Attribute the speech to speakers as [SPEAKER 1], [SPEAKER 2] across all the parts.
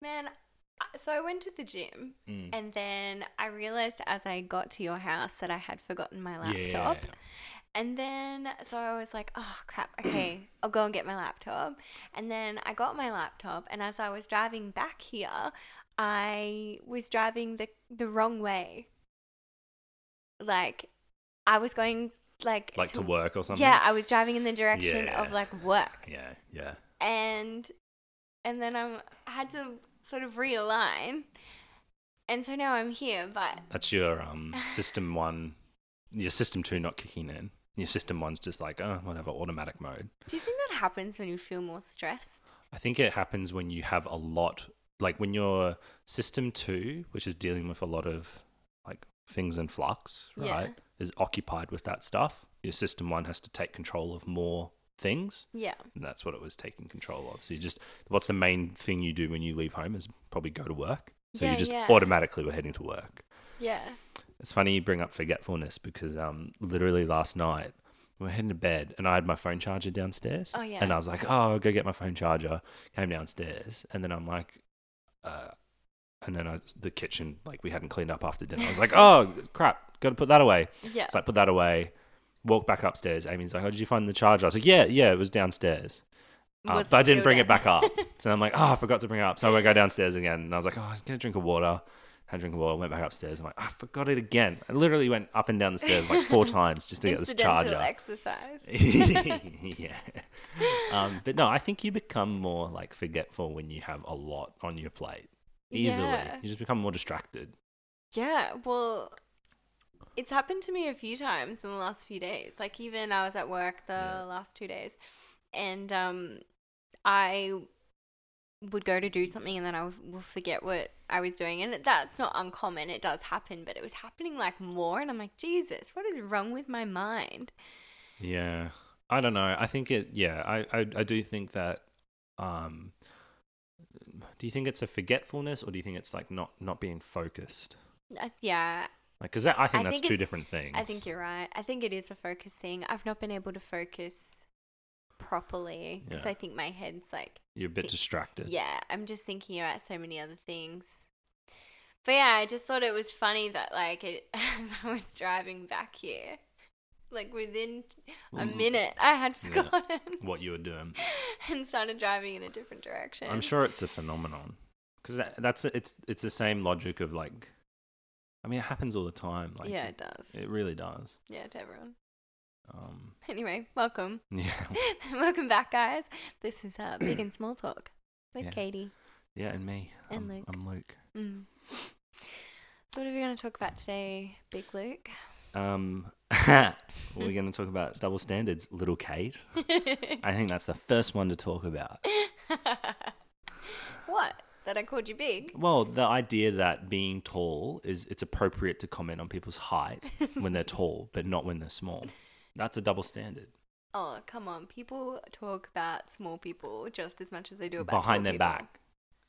[SPEAKER 1] Man, I- so I went to the gym
[SPEAKER 2] Mm.
[SPEAKER 1] and then I realized as I got to your house that I had forgotten my laptop.
[SPEAKER 2] Yeah.
[SPEAKER 1] And then, so I was like, oh crap, okay, I'll go and get my laptop. And then I got my laptop, and as I was driving back here, I was driving the, the wrong way. Like, I was going like
[SPEAKER 2] Like to, work or something.
[SPEAKER 1] Yeah, I was driving in the direction
[SPEAKER 2] Yeah.
[SPEAKER 1] of like work,
[SPEAKER 2] Yeah. Yeah.
[SPEAKER 1] and and then I'm, I had to sort of realign, and so now I'm here. But
[SPEAKER 2] That's your um system one, your system two not kicking in. Your system one's just like oh whatever automatic mode.
[SPEAKER 1] do you think that happens when you feel more stressed?
[SPEAKER 2] I think it happens when you have a lot, like when your system two, which is dealing with a lot of like things in flux,
[SPEAKER 1] Yeah.
[SPEAKER 2] right, is occupied with that stuff. Your system one has to take control of more things.
[SPEAKER 1] Yeah.
[SPEAKER 2] And that's what it was taking control of. So you just, what's the main thing you do when you leave home is probably go to work. So
[SPEAKER 1] Yeah,
[SPEAKER 2] you just
[SPEAKER 1] yeah.
[SPEAKER 2] automatically were heading to work.
[SPEAKER 1] Yeah.
[SPEAKER 2] It's funny you bring up forgetfulness because um, literally last night we were heading to bed and I had my phone charger downstairs.
[SPEAKER 1] Oh, yeah.
[SPEAKER 2] And I was like, oh, I'll go get my phone charger. Came downstairs and then I'm like, uh, and then I was, the kitchen, like we hadn't cleaned up after dinner. I was like, oh, crap, got to put that away.
[SPEAKER 1] Yeah.
[SPEAKER 2] So I put that away, walked back upstairs. Amy's like, oh, did you find the charger? I was like, yeah, yeah, it was downstairs. Uh,
[SPEAKER 1] Was
[SPEAKER 2] but I
[SPEAKER 1] it
[SPEAKER 2] didn't
[SPEAKER 1] still
[SPEAKER 2] bring it
[SPEAKER 1] there?
[SPEAKER 2] back up. so I'm like, oh, I forgot to bring it up. So I go downstairs again. And I was like, oh, I'm going to drink a water. Had a drink of water, went back upstairs. I'm like, I forgot it again. I literally went up and down the stairs like four times just to get this
[SPEAKER 1] Incidental
[SPEAKER 2] charger.
[SPEAKER 1] exercise.
[SPEAKER 2] yeah. Um, but no, I think you become more like forgetful when you have a lot on your plate easily.
[SPEAKER 1] Yeah.
[SPEAKER 2] You just become more distracted.
[SPEAKER 1] Yeah, well, it's happened to me a few times in the last few days. Like even I was at work the
[SPEAKER 2] Yeah.
[SPEAKER 1] last two days, and um, I would go to do something and then I would- will forget what I was doing. And that's not uncommon. It does happen, but it was happening like more, and I'm like, Jesus, what is wrong with my mind?
[SPEAKER 2] Yeah. I don't know. I think it, yeah, I, I, I do think that, um, do you think it's a forgetfulness or do you think it's like not, not being focused?
[SPEAKER 1] I, Uh, yeah,
[SPEAKER 2] Like, because I think
[SPEAKER 1] I
[SPEAKER 2] that's
[SPEAKER 1] think
[SPEAKER 2] two
[SPEAKER 1] it's-
[SPEAKER 2] different things.
[SPEAKER 1] I think you're right. I think it is a focus thing. I've not been able to focus properly because
[SPEAKER 2] Yeah.
[SPEAKER 1] I think my head's like
[SPEAKER 2] you're a bit
[SPEAKER 1] thi-
[SPEAKER 2] distracted.
[SPEAKER 1] Yeah, I'm just thinking about so many other things. But yeah, I just thought it was funny that like it, as I was driving back here, like within a
[SPEAKER 2] Mm.
[SPEAKER 1] minute, I had
[SPEAKER 2] Yeah.
[SPEAKER 1] forgotten
[SPEAKER 2] What you were doing.
[SPEAKER 1] and started driving in a different direction.
[SPEAKER 2] I'm sure it's a phenomenon because that, that's it's it's the same logic of like, I mean, it happens all the time. Like,
[SPEAKER 1] yeah, it
[SPEAKER 2] it,
[SPEAKER 1] does.
[SPEAKER 2] it really does.
[SPEAKER 1] yeah, to everyone.
[SPEAKER 2] Um,
[SPEAKER 1] Anyway, welcome,
[SPEAKER 2] yeah,
[SPEAKER 1] welcome back, guys. This is uh, big and small talk with
[SPEAKER 2] Yeah. Um,
[SPEAKER 1] Katie.
[SPEAKER 2] yeah, and me.
[SPEAKER 1] And
[SPEAKER 2] I'm-
[SPEAKER 1] Luke.
[SPEAKER 2] I'm Luke.
[SPEAKER 1] Mm. So, what are we going to talk about today, Big Luke?
[SPEAKER 2] Um, we're going to talk about double standards, little Kate. I think that's the first one to talk about.
[SPEAKER 1] what? That I called you big?
[SPEAKER 2] Well, the idea that being tall is it's appropriate to comment on people's height when they're tall, but not when they're small. That's a double standard
[SPEAKER 1] Oh, come on. People talk about small people just as much as they do about
[SPEAKER 2] behind
[SPEAKER 1] tall
[SPEAKER 2] their
[SPEAKER 1] people.
[SPEAKER 2] back,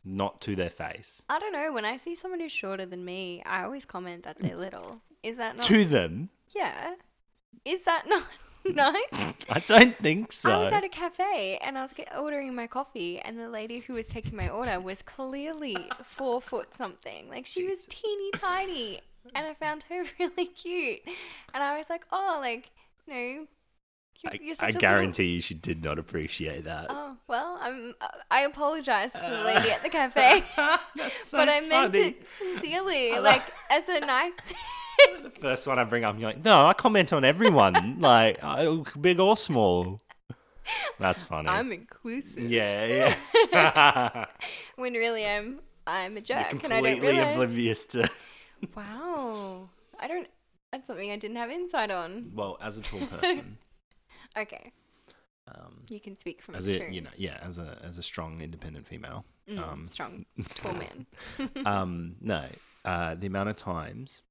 [SPEAKER 2] not to their face.
[SPEAKER 1] I don't know. When I see someone who's shorter than me, I always comment that they're little. Is that not?
[SPEAKER 2] To them,
[SPEAKER 1] yeah. Is that not nice?
[SPEAKER 2] I don't think
[SPEAKER 1] I
[SPEAKER 2] so.
[SPEAKER 1] was at a cafe and I was get- ordering my coffee, and the lady who was taking my order was clearly four foot something. Like she was teeny tiny, and I found her really cute. And I was like, oh, like you know, you
[SPEAKER 2] I-
[SPEAKER 1] you're such a
[SPEAKER 2] I
[SPEAKER 1] little-
[SPEAKER 2] guarantee you, she did not appreciate that.
[SPEAKER 1] Oh well, I'm. I apologize to the lady at the cafe,
[SPEAKER 2] That's so
[SPEAKER 1] but I meant
[SPEAKER 2] funny.
[SPEAKER 1] it sincerely,
[SPEAKER 2] I love-
[SPEAKER 1] like as a nice.
[SPEAKER 2] The first one I bring up, you're like, no, I comment on everyone, like I- big or small. That's funny.
[SPEAKER 1] I'm inclusive.
[SPEAKER 2] yeah, yeah.
[SPEAKER 1] When really I'm, I'm a
[SPEAKER 2] You're
[SPEAKER 1] jerk, and I don't
[SPEAKER 2] completely
[SPEAKER 1] realize.
[SPEAKER 2] oblivious to.
[SPEAKER 1] Wow. I don't. That's something I didn't have insight on.
[SPEAKER 2] Well, as a tall person,
[SPEAKER 1] Okay.
[SPEAKER 2] um,
[SPEAKER 1] You can speak from
[SPEAKER 2] as a
[SPEAKER 1] experience.
[SPEAKER 2] you know, yeah, as a as a strong, independent female.
[SPEAKER 1] Mm,
[SPEAKER 2] um,
[SPEAKER 1] strong, tall man.
[SPEAKER 2] um, no, uh, the amount of times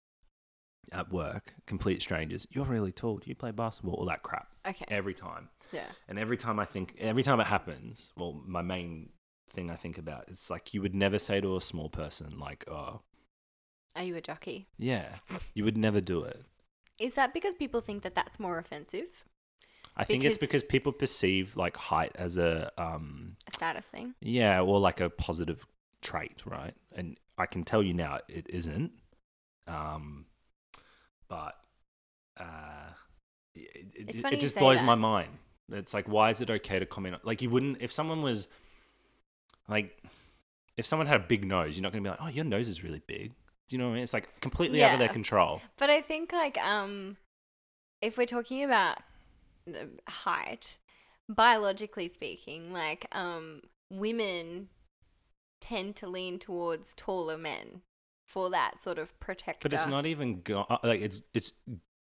[SPEAKER 2] at work, complete strangers, you're really tall. Do you play basketball? All that crap.
[SPEAKER 1] Okay.
[SPEAKER 2] Every time.
[SPEAKER 1] yeah.
[SPEAKER 2] And every time I think, every time it happens, well, my main thing I think about, it's like you would never say to a small person, like, oh,
[SPEAKER 1] Are you a jockey?
[SPEAKER 2] yeah, you would never do it.
[SPEAKER 1] Is that because people think that that's more offensive?
[SPEAKER 2] I think it's
[SPEAKER 1] Because-
[SPEAKER 2] because people perceive like height as a, um,
[SPEAKER 1] A status thing.
[SPEAKER 2] yeah, or like a positive trait, right? And I can tell you now it isn't. Um, but uh, it, it-
[SPEAKER 1] It's
[SPEAKER 2] it-
[SPEAKER 1] funny
[SPEAKER 2] it
[SPEAKER 1] you
[SPEAKER 2] just
[SPEAKER 1] say
[SPEAKER 2] blows
[SPEAKER 1] that.
[SPEAKER 2] my mind. It's like, why is it okay to comment? on- Like, you wouldn't, if someone was like, if someone had a big nose, you're not going to be like, oh, your nose is really big. Do you know what I mean? It's like completely out of their
[SPEAKER 1] Yeah.
[SPEAKER 2] control.
[SPEAKER 1] But I think like um, if we're talking about uh, height, biologically speaking, like um, women tend to lean towards taller men for that sort of protector.
[SPEAKER 2] But it's not even go- uh, like it's it's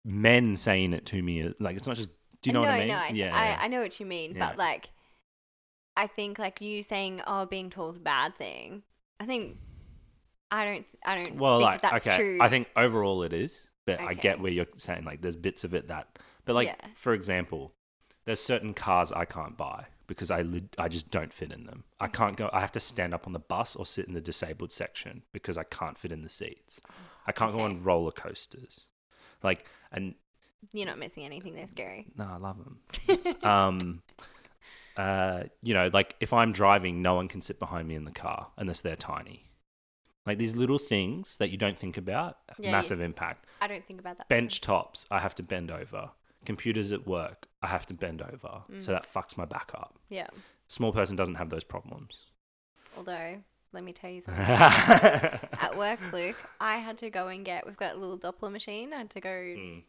[SPEAKER 2] men saying it to me. Like it's not just. Do you know
[SPEAKER 1] no,
[SPEAKER 2] what I mean?
[SPEAKER 1] No, I,
[SPEAKER 2] yeah,
[SPEAKER 1] I,
[SPEAKER 2] yeah.
[SPEAKER 1] I know what you mean,
[SPEAKER 2] Yeah.
[SPEAKER 1] but like, I think like you saying, "Oh, being tall is a bad thing." I think I don't. I don't.
[SPEAKER 2] well,
[SPEAKER 1] think
[SPEAKER 2] like
[SPEAKER 1] that's
[SPEAKER 2] okay,
[SPEAKER 1] true.
[SPEAKER 2] I think overall it is, but I get
[SPEAKER 1] Okay.
[SPEAKER 2] where you're saying like there's bits of it that, but like
[SPEAKER 1] Yeah.
[SPEAKER 2] for example, there's certain cars I can't buy because I li- I just don't fit in them.
[SPEAKER 1] Mm-hmm.
[SPEAKER 2] I can't go. I have to stand up on the bus or sit in the disabled section because I can't fit in the seats. I can't go
[SPEAKER 1] Okay.
[SPEAKER 2] on roller coasters, like and
[SPEAKER 1] you're not missing anything. They're scary.
[SPEAKER 2] no, I love them. um, uh, you know, like if I'm driving, no one can sit behind me in the car unless they're tiny. Like these little things that you don't think about, have
[SPEAKER 1] Yeah, you-
[SPEAKER 2] massive impact.
[SPEAKER 1] I don't think about that.
[SPEAKER 2] Bench tops, I have to bend over. Computers at work, I have to bend over.
[SPEAKER 1] Mm.
[SPEAKER 2] So that fucks my back up.
[SPEAKER 1] Yeah.
[SPEAKER 2] Small person doesn't have those problems.
[SPEAKER 1] Although, let me tell you something. At work, Luke, I had to go and get. We've got a little Doppler machine. I had to go
[SPEAKER 2] Mm,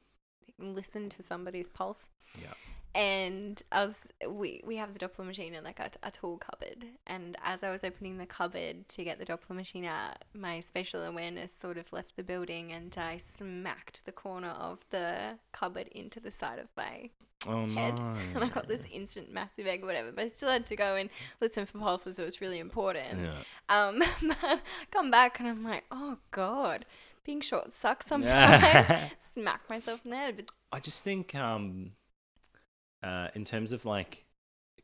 [SPEAKER 1] listen to somebody's pulse.
[SPEAKER 2] yeah.
[SPEAKER 1] and I was we we have the Doppler machine in like a, a tool cupboard, and as I was opening the cupboard to get the Doppler machine out, my spatial awareness sort of left the building, and I smacked the corner of the cupboard into the side of my
[SPEAKER 2] Oh
[SPEAKER 1] head,
[SPEAKER 2] no.
[SPEAKER 1] and I got this instant massive egg, whatever. But I still had to go and listen for pulses; it was really important.
[SPEAKER 2] Yeah.
[SPEAKER 1] Um, but come back and I'm like, oh god, being short sucks sometimes.
[SPEAKER 2] Yeah.
[SPEAKER 1] Smack myself in the head, but
[SPEAKER 2] I just think, um, uh, in terms of like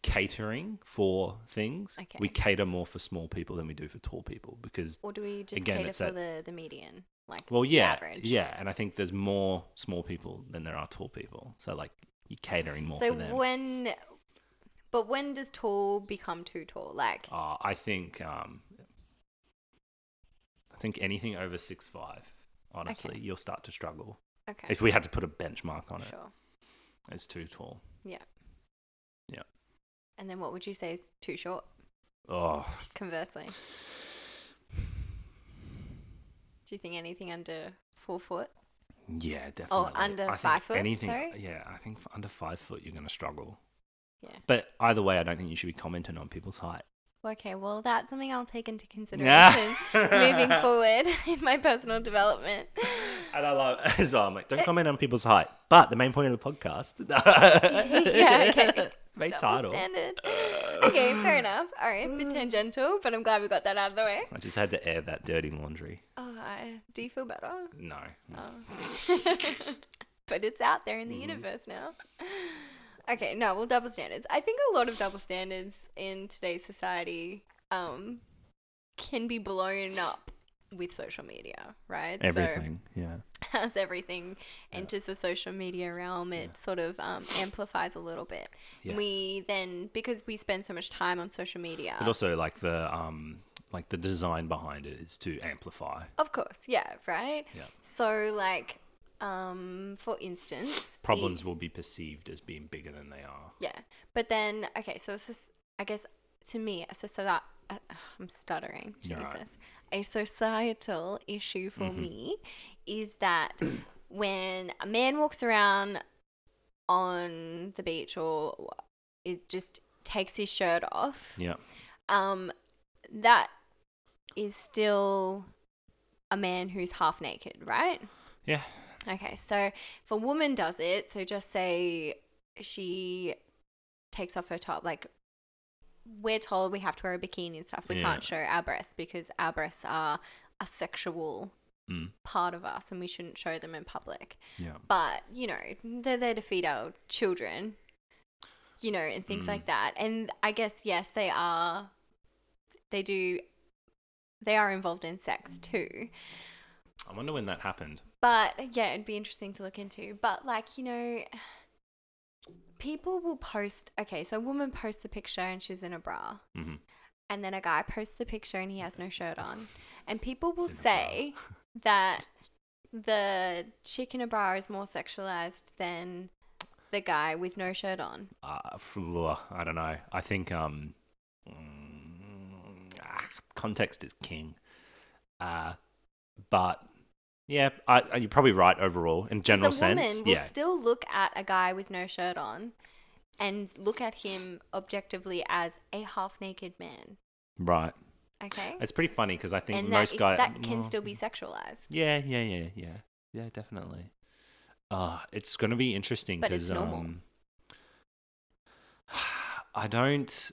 [SPEAKER 2] catering for things,
[SPEAKER 1] Okay.
[SPEAKER 2] we cater more for small people than we do for tall people because,
[SPEAKER 1] Or do we just
[SPEAKER 2] Again,
[SPEAKER 1] cater
[SPEAKER 2] it's
[SPEAKER 1] for the, the median? Like
[SPEAKER 2] well,
[SPEAKER 1] the
[SPEAKER 2] yeah,
[SPEAKER 1] average.
[SPEAKER 2] yeah, and I think there's more small people than there are tall people, so like you're catering more
[SPEAKER 1] So
[SPEAKER 2] for them.
[SPEAKER 1] when but when does tall become too tall? Like
[SPEAKER 2] uh, I think, um, I think anything over six five, honestly, you'll start to struggle.
[SPEAKER 1] okay.
[SPEAKER 2] If we had to put a benchmark on it,
[SPEAKER 1] Sure.
[SPEAKER 2] it's too tall.
[SPEAKER 1] And then what would you say is too short,
[SPEAKER 2] Oh,
[SPEAKER 1] conversely? Do you think anything under four foot?
[SPEAKER 2] Yeah, definitely.
[SPEAKER 1] Oh, under
[SPEAKER 2] I think
[SPEAKER 1] five foot,
[SPEAKER 2] Anything?
[SPEAKER 1] sorry?
[SPEAKER 2] Yeah, I think f- under five foot you're going to struggle.
[SPEAKER 1] Yeah.
[SPEAKER 2] But either way, I don't think you should be commenting on people's height.
[SPEAKER 1] Okay, well that's something I'll take into
[SPEAKER 2] Nah.
[SPEAKER 1] consideration moving forward in my personal development.
[SPEAKER 2] And I love as well. I'm like,
[SPEAKER 1] Eh.
[SPEAKER 2] don't comment on people's height. But the main point of the podcast.
[SPEAKER 1] Yeah, okay.
[SPEAKER 2] Main
[SPEAKER 1] Double
[SPEAKER 2] title.
[SPEAKER 1] Standard. Okay, fair enough. All right, bit tangential, but I'm glad we got that out of the way.
[SPEAKER 2] I just had to air that dirty laundry.
[SPEAKER 1] Oh, I, do you feel better?
[SPEAKER 2] No.
[SPEAKER 1] Oh, but it's out there in the
[SPEAKER 2] Mm-hmm.
[SPEAKER 1] universe now. Okay, no, well, double standards. I think a lot of double standards in today's society um, can be blown up with social media, right?
[SPEAKER 2] Everything. Yeah.
[SPEAKER 1] So as everything enters the social media realm, it sort of um, amplifies a little bit.
[SPEAKER 2] Yeah.
[SPEAKER 1] We then, because we spend so much time on social media,
[SPEAKER 2] But also like the um like the design behind it is to amplify.
[SPEAKER 1] Of course, yeah, right?
[SPEAKER 2] Yeah.
[SPEAKER 1] So, like, um, for instance, the-
[SPEAKER 2] Problems will be perceived as being bigger than they are.
[SPEAKER 1] yeah. But then, okay, so it's just, I guess to me, a societal, uh, I'm stuttering,
[SPEAKER 2] You're
[SPEAKER 1] Jesus.
[SPEAKER 2] right. Mm-hmm.
[SPEAKER 1] A societal issue for me is that when a man walks around on the beach or it just takes his shirt off,
[SPEAKER 2] Yeah.
[SPEAKER 1] um, that is still a man who's half naked, right?
[SPEAKER 2] Yeah.
[SPEAKER 1] Okay, so if a woman does it, so just say she takes off her top, like we're told we have to wear a bikini and stuff. We
[SPEAKER 2] Yeah.
[SPEAKER 1] can't show our breasts because our breasts are a sexual
[SPEAKER 2] Mm.
[SPEAKER 1] part of us and we shouldn't show them in public.
[SPEAKER 2] Yeah.
[SPEAKER 1] But, you know, they're there to feed our children, you know, and things
[SPEAKER 2] Mm.
[SPEAKER 1] like that. And I guess, yes, they are, they do, they are involved in sex too.
[SPEAKER 2] I wonder when that happened.
[SPEAKER 1] But yeah, it'd be interesting to look into. But like, you know, people will post, okay, so a woman posts a picture and she's in a bra.
[SPEAKER 2] Mhm.
[SPEAKER 1] and then a guy posts the picture and he has no shirt on. And people will
[SPEAKER 2] It's in a bra.
[SPEAKER 1] say that the chick in a bra is more sexualized than the guy with no shirt on.
[SPEAKER 2] Uh, f- ugh, I don't know. I think um, mm, ah, context is king. Uh, but yeah, I, I- you're probably right overall in
[SPEAKER 1] 'Cause
[SPEAKER 2] general
[SPEAKER 1] a
[SPEAKER 2] sense.
[SPEAKER 1] woman will
[SPEAKER 2] yeah,
[SPEAKER 1] still look at a guy with no shirt on and look at him objectively as a half naked man.
[SPEAKER 2] right.
[SPEAKER 1] Okay?
[SPEAKER 2] It's pretty funny because I think
[SPEAKER 1] and
[SPEAKER 2] most
[SPEAKER 1] that,
[SPEAKER 2] guys
[SPEAKER 1] that can still be sexualized.
[SPEAKER 2] Yeah, yeah, yeah, yeah, yeah, definitely. Uh, it's gonna be interesting
[SPEAKER 1] But it's
[SPEAKER 2] because
[SPEAKER 1] normal.
[SPEAKER 2] um, I don't,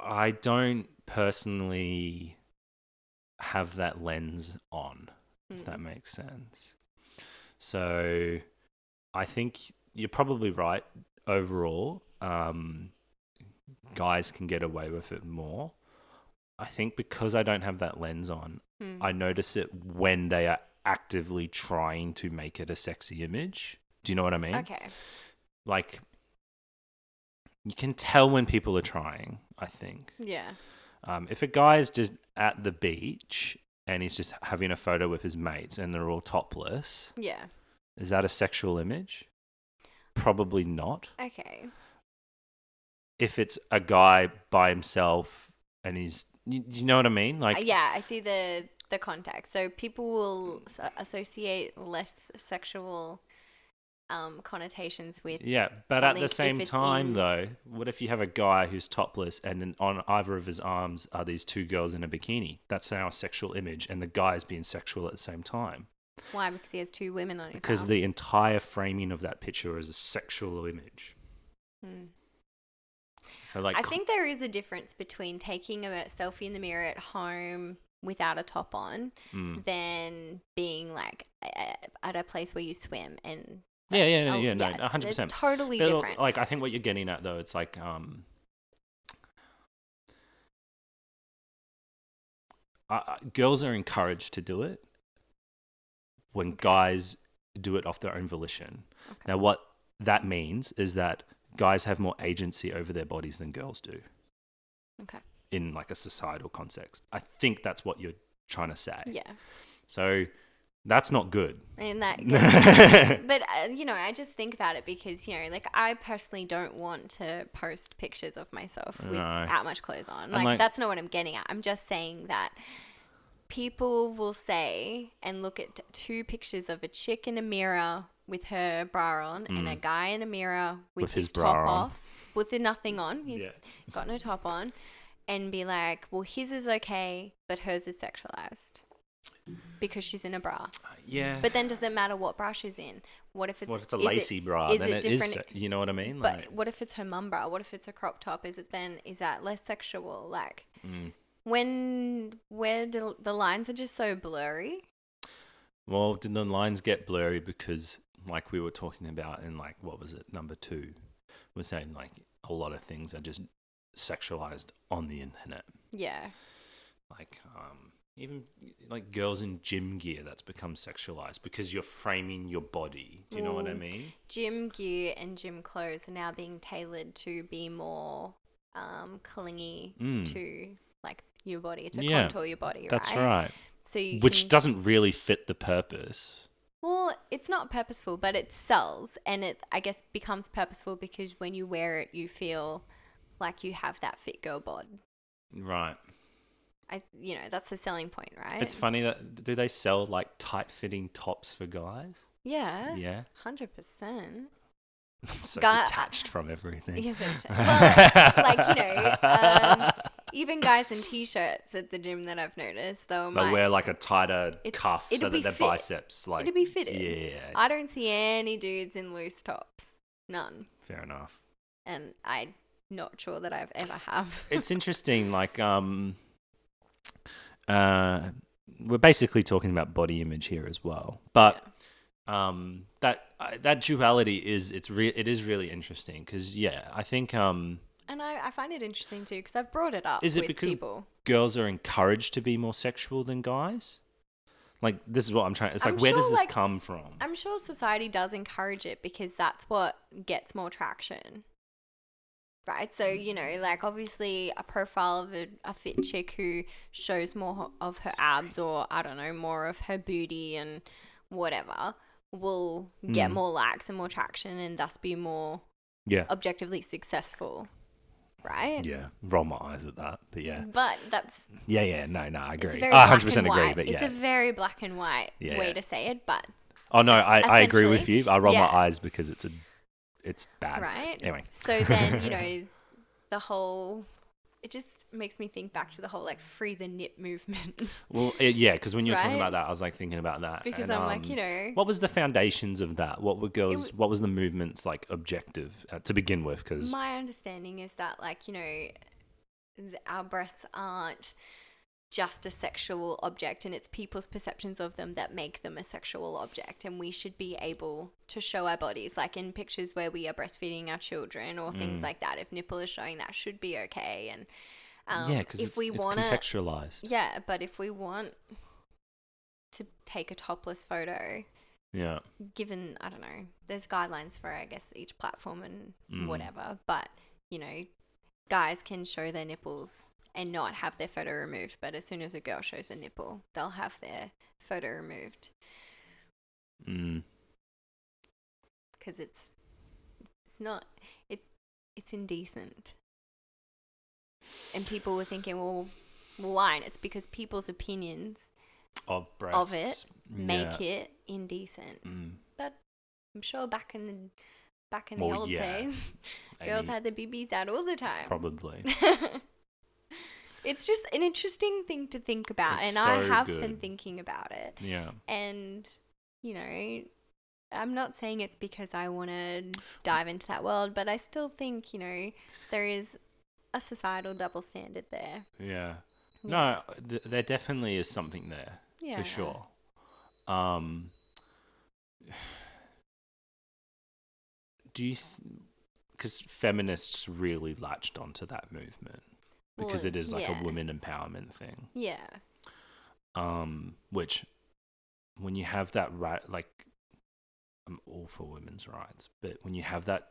[SPEAKER 2] I don't personally have that lens on. If that
[SPEAKER 1] Mm.
[SPEAKER 2] makes sense. So, I think you're probably right overall. Um, guys can get away with it more. I think because I don't have that lens on,
[SPEAKER 1] Mm.
[SPEAKER 2] I notice it when they are actively trying to make it a sexy image. Do you know what I mean?
[SPEAKER 1] okay.
[SPEAKER 2] Like, you can tell when people are trying, I think.
[SPEAKER 1] Yeah.
[SPEAKER 2] Um, if a guy's just at the beach and he's just having a photo with his mates and they're all topless,
[SPEAKER 1] Yeah.
[SPEAKER 2] is that a sexual image? Probably not.
[SPEAKER 1] Okay. Uh,
[SPEAKER 2] If it's a guy by himself and he's, you, you know what I mean? Like,
[SPEAKER 1] Uh, yeah, I see the the context. So people will s- uh, associate less sexual um, connotations with
[SPEAKER 2] Yeah, but at the
[SPEAKER 1] something
[SPEAKER 2] same
[SPEAKER 1] if it's
[SPEAKER 2] time,
[SPEAKER 1] in-
[SPEAKER 2] though, what if you have a guy who's topless and then on either of his arms are these two girls in a bikini? That's now a sexual image, and the guy's being sexual at the same time
[SPEAKER 1] why because he has two women on his
[SPEAKER 2] because
[SPEAKER 1] arm.
[SPEAKER 2] the entire framing of that picture is a sexual image.
[SPEAKER 1] Hmm.
[SPEAKER 2] So, like,
[SPEAKER 1] I think there is a difference between taking a selfie in the mirror at home without a top on
[SPEAKER 2] mm.
[SPEAKER 1] than being like a- a- at a place where you swim and
[SPEAKER 2] yeah, yeah,
[SPEAKER 1] oh,
[SPEAKER 2] no, yeah, no,
[SPEAKER 1] yeah,
[SPEAKER 2] a hundred
[SPEAKER 1] it's
[SPEAKER 2] percent.
[SPEAKER 1] totally
[SPEAKER 2] But,
[SPEAKER 1] different.
[SPEAKER 2] Like, I think what you're getting at though, it's like, um, I I- girls are encouraged to do it when guys do it off their own volition.
[SPEAKER 1] Okay.
[SPEAKER 2] Now, what that means is that guys have more agency over their bodies than girls do
[SPEAKER 1] okay.
[SPEAKER 2] in like a societal context. I think that's what you're trying to say.
[SPEAKER 1] Yeah.
[SPEAKER 2] So that's not good.
[SPEAKER 1] And that But uh, you know, I just think about it because you know, like I personally don't want to post pictures of myself
[SPEAKER 2] No.
[SPEAKER 1] without much clothes on. Like,
[SPEAKER 2] like-
[SPEAKER 1] that's not what I'm getting at. I'm just saying that people will say and look at two pictures of a chick in a mirror with her bra on and a
[SPEAKER 2] Mm.
[SPEAKER 1] guy in a mirror with,
[SPEAKER 2] With
[SPEAKER 1] his,
[SPEAKER 2] his bra
[SPEAKER 1] top
[SPEAKER 2] on.
[SPEAKER 1] off, with the nothing on. He's
[SPEAKER 2] Yeah.
[SPEAKER 1] got no top on. And be like, well, his is okay, but hers is sexualized because she's in a bra.
[SPEAKER 2] yeah.
[SPEAKER 1] But then does it matter what bra she's in? What if it's
[SPEAKER 2] what if it's a
[SPEAKER 1] is it-
[SPEAKER 2] lacy bra?
[SPEAKER 1] is
[SPEAKER 2] then
[SPEAKER 1] it
[SPEAKER 2] it is.
[SPEAKER 1] different-
[SPEAKER 2] se- You know what I mean?
[SPEAKER 1] but what if it's her mum bra? What if it's a crop top? Is it then is that less sexual? Like
[SPEAKER 2] mm.
[SPEAKER 1] when where do, the lines are just so blurry.
[SPEAKER 2] Well, did the lines get blurry because, like we were talking about in like what was it number two, we're saying like a lot of things are just sexualized on the internet,
[SPEAKER 1] Yeah.
[SPEAKER 2] like um, even like girls in gym gear that's become sexualized because you're framing your body. Do you know what I
[SPEAKER 1] Mm.
[SPEAKER 2] mean?
[SPEAKER 1] Gym gear and gym clothes are now being tailored to be more um, clingy
[SPEAKER 2] Mm.
[SPEAKER 1] to like your body to
[SPEAKER 2] Yeah.
[SPEAKER 1] contour your body.
[SPEAKER 2] That's
[SPEAKER 1] right.
[SPEAKER 2] right.
[SPEAKER 1] So you
[SPEAKER 2] Which
[SPEAKER 1] can-
[SPEAKER 2] doesn't really fit the purpose.
[SPEAKER 1] Well, it's not purposeful, but it sells, and it I guess becomes purposeful because when you wear it, you feel like you have that fit girl bod.
[SPEAKER 2] Right.
[SPEAKER 1] I, you know, that's the selling point, right?
[SPEAKER 2] It's funny that do they sell like tight fitting tops for guys?
[SPEAKER 1] Yeah,
[SPEAKER 2] Yeah.
[SPEAKER 1] hundred percent.
[SPEAKER 2] I'm so
[SPEAKER 1] Guy-
[SPEAKER 2] detached from everything.
[SPEAKER 1] Yes, it- well, like you know, um, even guys in t-shirts at the gym that I've noticed, though,
[SPEAKER 2] They
[SPEAKER 1] my,
[SPEAKER 2] wear like a tighter
[SPEAKER 1] It's-
[SPEAKER 2] cuff so
[SPEAKER 1] it'll be
[SPEAKER 2] that their
[SPEAKER 1] fit.
[SPEAKER 2] biceps like
[SPEAKER 1] it'd be fitted.
[SPEAKER 2] Yeah,
[SPEAKER 1] I don't see any dudes in loose tops, none,
[SPEAKER 2] fair enough.
[SPEAKER 1] and I'm not sure that I've ever have.
[SPEAKER 2] It's interesting. Like, um, uh, we're basically talking about body image here as well, but um, that uh, that duality is it's re- it is really interesting because yeah, I think um,
[SPEAKER 1] and I, I find it interesting too because I've brought it up.
[SPEAKER 2] Is it
[SPEAKER 1] with
[SPEAKER 2] because-
[SPEAKER 1] people?
[SPEAKER 2] girls are encouraged to be more sexual than guys. Like this is what I'm trying. It's like
[SPEAKER 1] I'm
[SPEAKER 2] where
[SPEAKER 1] sure,
[SPEAKER 2] does this
[SPEAKER 1] like-
[SPEAKER 2] come from?
[SPEAKER 1] I'm sure society does encourage it because that's what gets more traction. right? So, you know,
[SPEAKER 2] Mm-hmm.
[SPEAKER 1] like obviously a profile of a, a fit chick who shows more h- of her abs or I don't know, more of her booty and whatever will get
[SPEAKER 2] Mm.
[SPEAKER 1] more likes and more traction and thus be more
[SPEAKER 2] Yeah.
[SPEAKER 1] objectively successful, right?
[SPEAKER 2] Yeah. Roll my eyes at that. But yeah.
[SPEAKER 1] But that's
[SPEAKER 2] Yeah, yeah. No, no, I
[SPEAKER 1] Mm. it's
[SPEAKER 2] agree.
[SPEAKER 1] very
[SPEAKER 2] I
[SPEAKER 1] black
[SPEAKER 2] 100%
[SPEAKER 1] and white.
[SPEAKER 2] agree. But
[SPEAKER 1] It's
[SPEAKER 2] yeah.
[SPEAKER 1] a very black and white
[SPEAKER 2] Yeah,
[SPEAKER 1] way
[SPEAKER 2] yeah.
[SPEAKER 1] to say it, but
[SPEAKER 2] oh, no, I, I agree with
[SPEAKER 1] essentially,
[SPEAKER 2] you. I roll
[SPEAKER 1] yeah.
[SPEAKER 2] my eyes because it's a. It's bad.
[SPEAKER 1] right?
[SPEAKER 2] Anyway.
[SPEAKER 1] So then, you know, the whole it just makes me think back to the whole like free the nip movement
[SPEAKER 2] Well, eh, yeah, because when you were talking
[SPEAKER 1] Right?
[SPEAKER 2] about that, I was like thinking about that.
[SPEAKER 1] because
[SPEAKER 2] and,
[SPEAKER 1] I'm like,
[SPEAKER 2] um,
[SPEAKER 1] you know,
[SPEAKER 2] What was the foundations of that? What were girls?
[SPEAKER 1] w-
[SPEAKER 2] what was the movement's like objective uh, to begin with? Because
[SPEAKER 1] my understanding is that like, you know, th- our breasts aren't just a sexual object and it's people's perceptions of them that make them a sexual object and we should be able to show our bodies like in pictures where we are breastfeeding our children or things
[SPEAKER 2] Mm.
[SPEAKER 1] like that if nipple is showing that should be okay and um,
[SPEAKER 2] yeah, because
[SPEAKER 1] if
[SPEAKER 2] it's,
[SPEAKER 1] we
[SPEAKER 2] it's
[SPEAKER 1] want to
[SPEAKER 2] contextualized.
[SPEAKER 1] Yeah, but if we want to take a topless photo,
[SPEAKER 2] Yeah,
[SPEAKER 1] given, I don't know, there's guidelines for, I guess, each platform and
[SPEAKER 2] Mm.
[SPEAKER 1] whatever, but, you know, guys can show their nipples and not have their photo removed, but as soon as a girl shows a nipple, they'll have their photo removed
[SPEAKER 2] Mm.
[SPEAKER 1] because it's it's not it it's indecent. And people were thinking, well, why? And it's because people's opinions
[SPEAKER 2] of breasts
[SPEAKER 1] make it indecent.
[SPEAKER 2] Mm.
[SPEAKER 1] I'm sure back in the back in the
[SPEAKER 2] Well,
[SPEAKER 1] old
[SPEAKER 2] yeah,
[SPEAKER 1] days, girls
[SPEAKER 2] Amy,
[SPEAKER 1] had their BBs out all the time.
[SPEAKER 2] probably.
[SPEAKER 1] it's just an interesting thing to think about,
[SPEAKER 2] It's
[SPEAKER 1] and I
[SPEAKER 2] so
[SPEAKER 1] have been
[SPEAKER 2] good.
[SPEAKER 1] thinking about it.
[SPEAKER 2] Yeah.
[SPEAKER 1] And you know, I'm not saying it's because I want to dive into that world, but I still think you know there is a societal double standard there.
[SPEAKER 2] Yeah. No, th- there definitely is something there
[SPEAKER 1] Yeah,
[SPEAKER 2] for sure. Um, do you? Because feminists really latched onto that movement because
[SPEAKER 1] Well,
[SPEAKER 2] it is like
[SPEAKER 1] yeah.
[SPEAKER 2] a women empowerment thing.
[SPEAKER 1] Yeah,
[SPEAKER 2] Um, which when you have that right, like I'm all for women's rights, but when you have that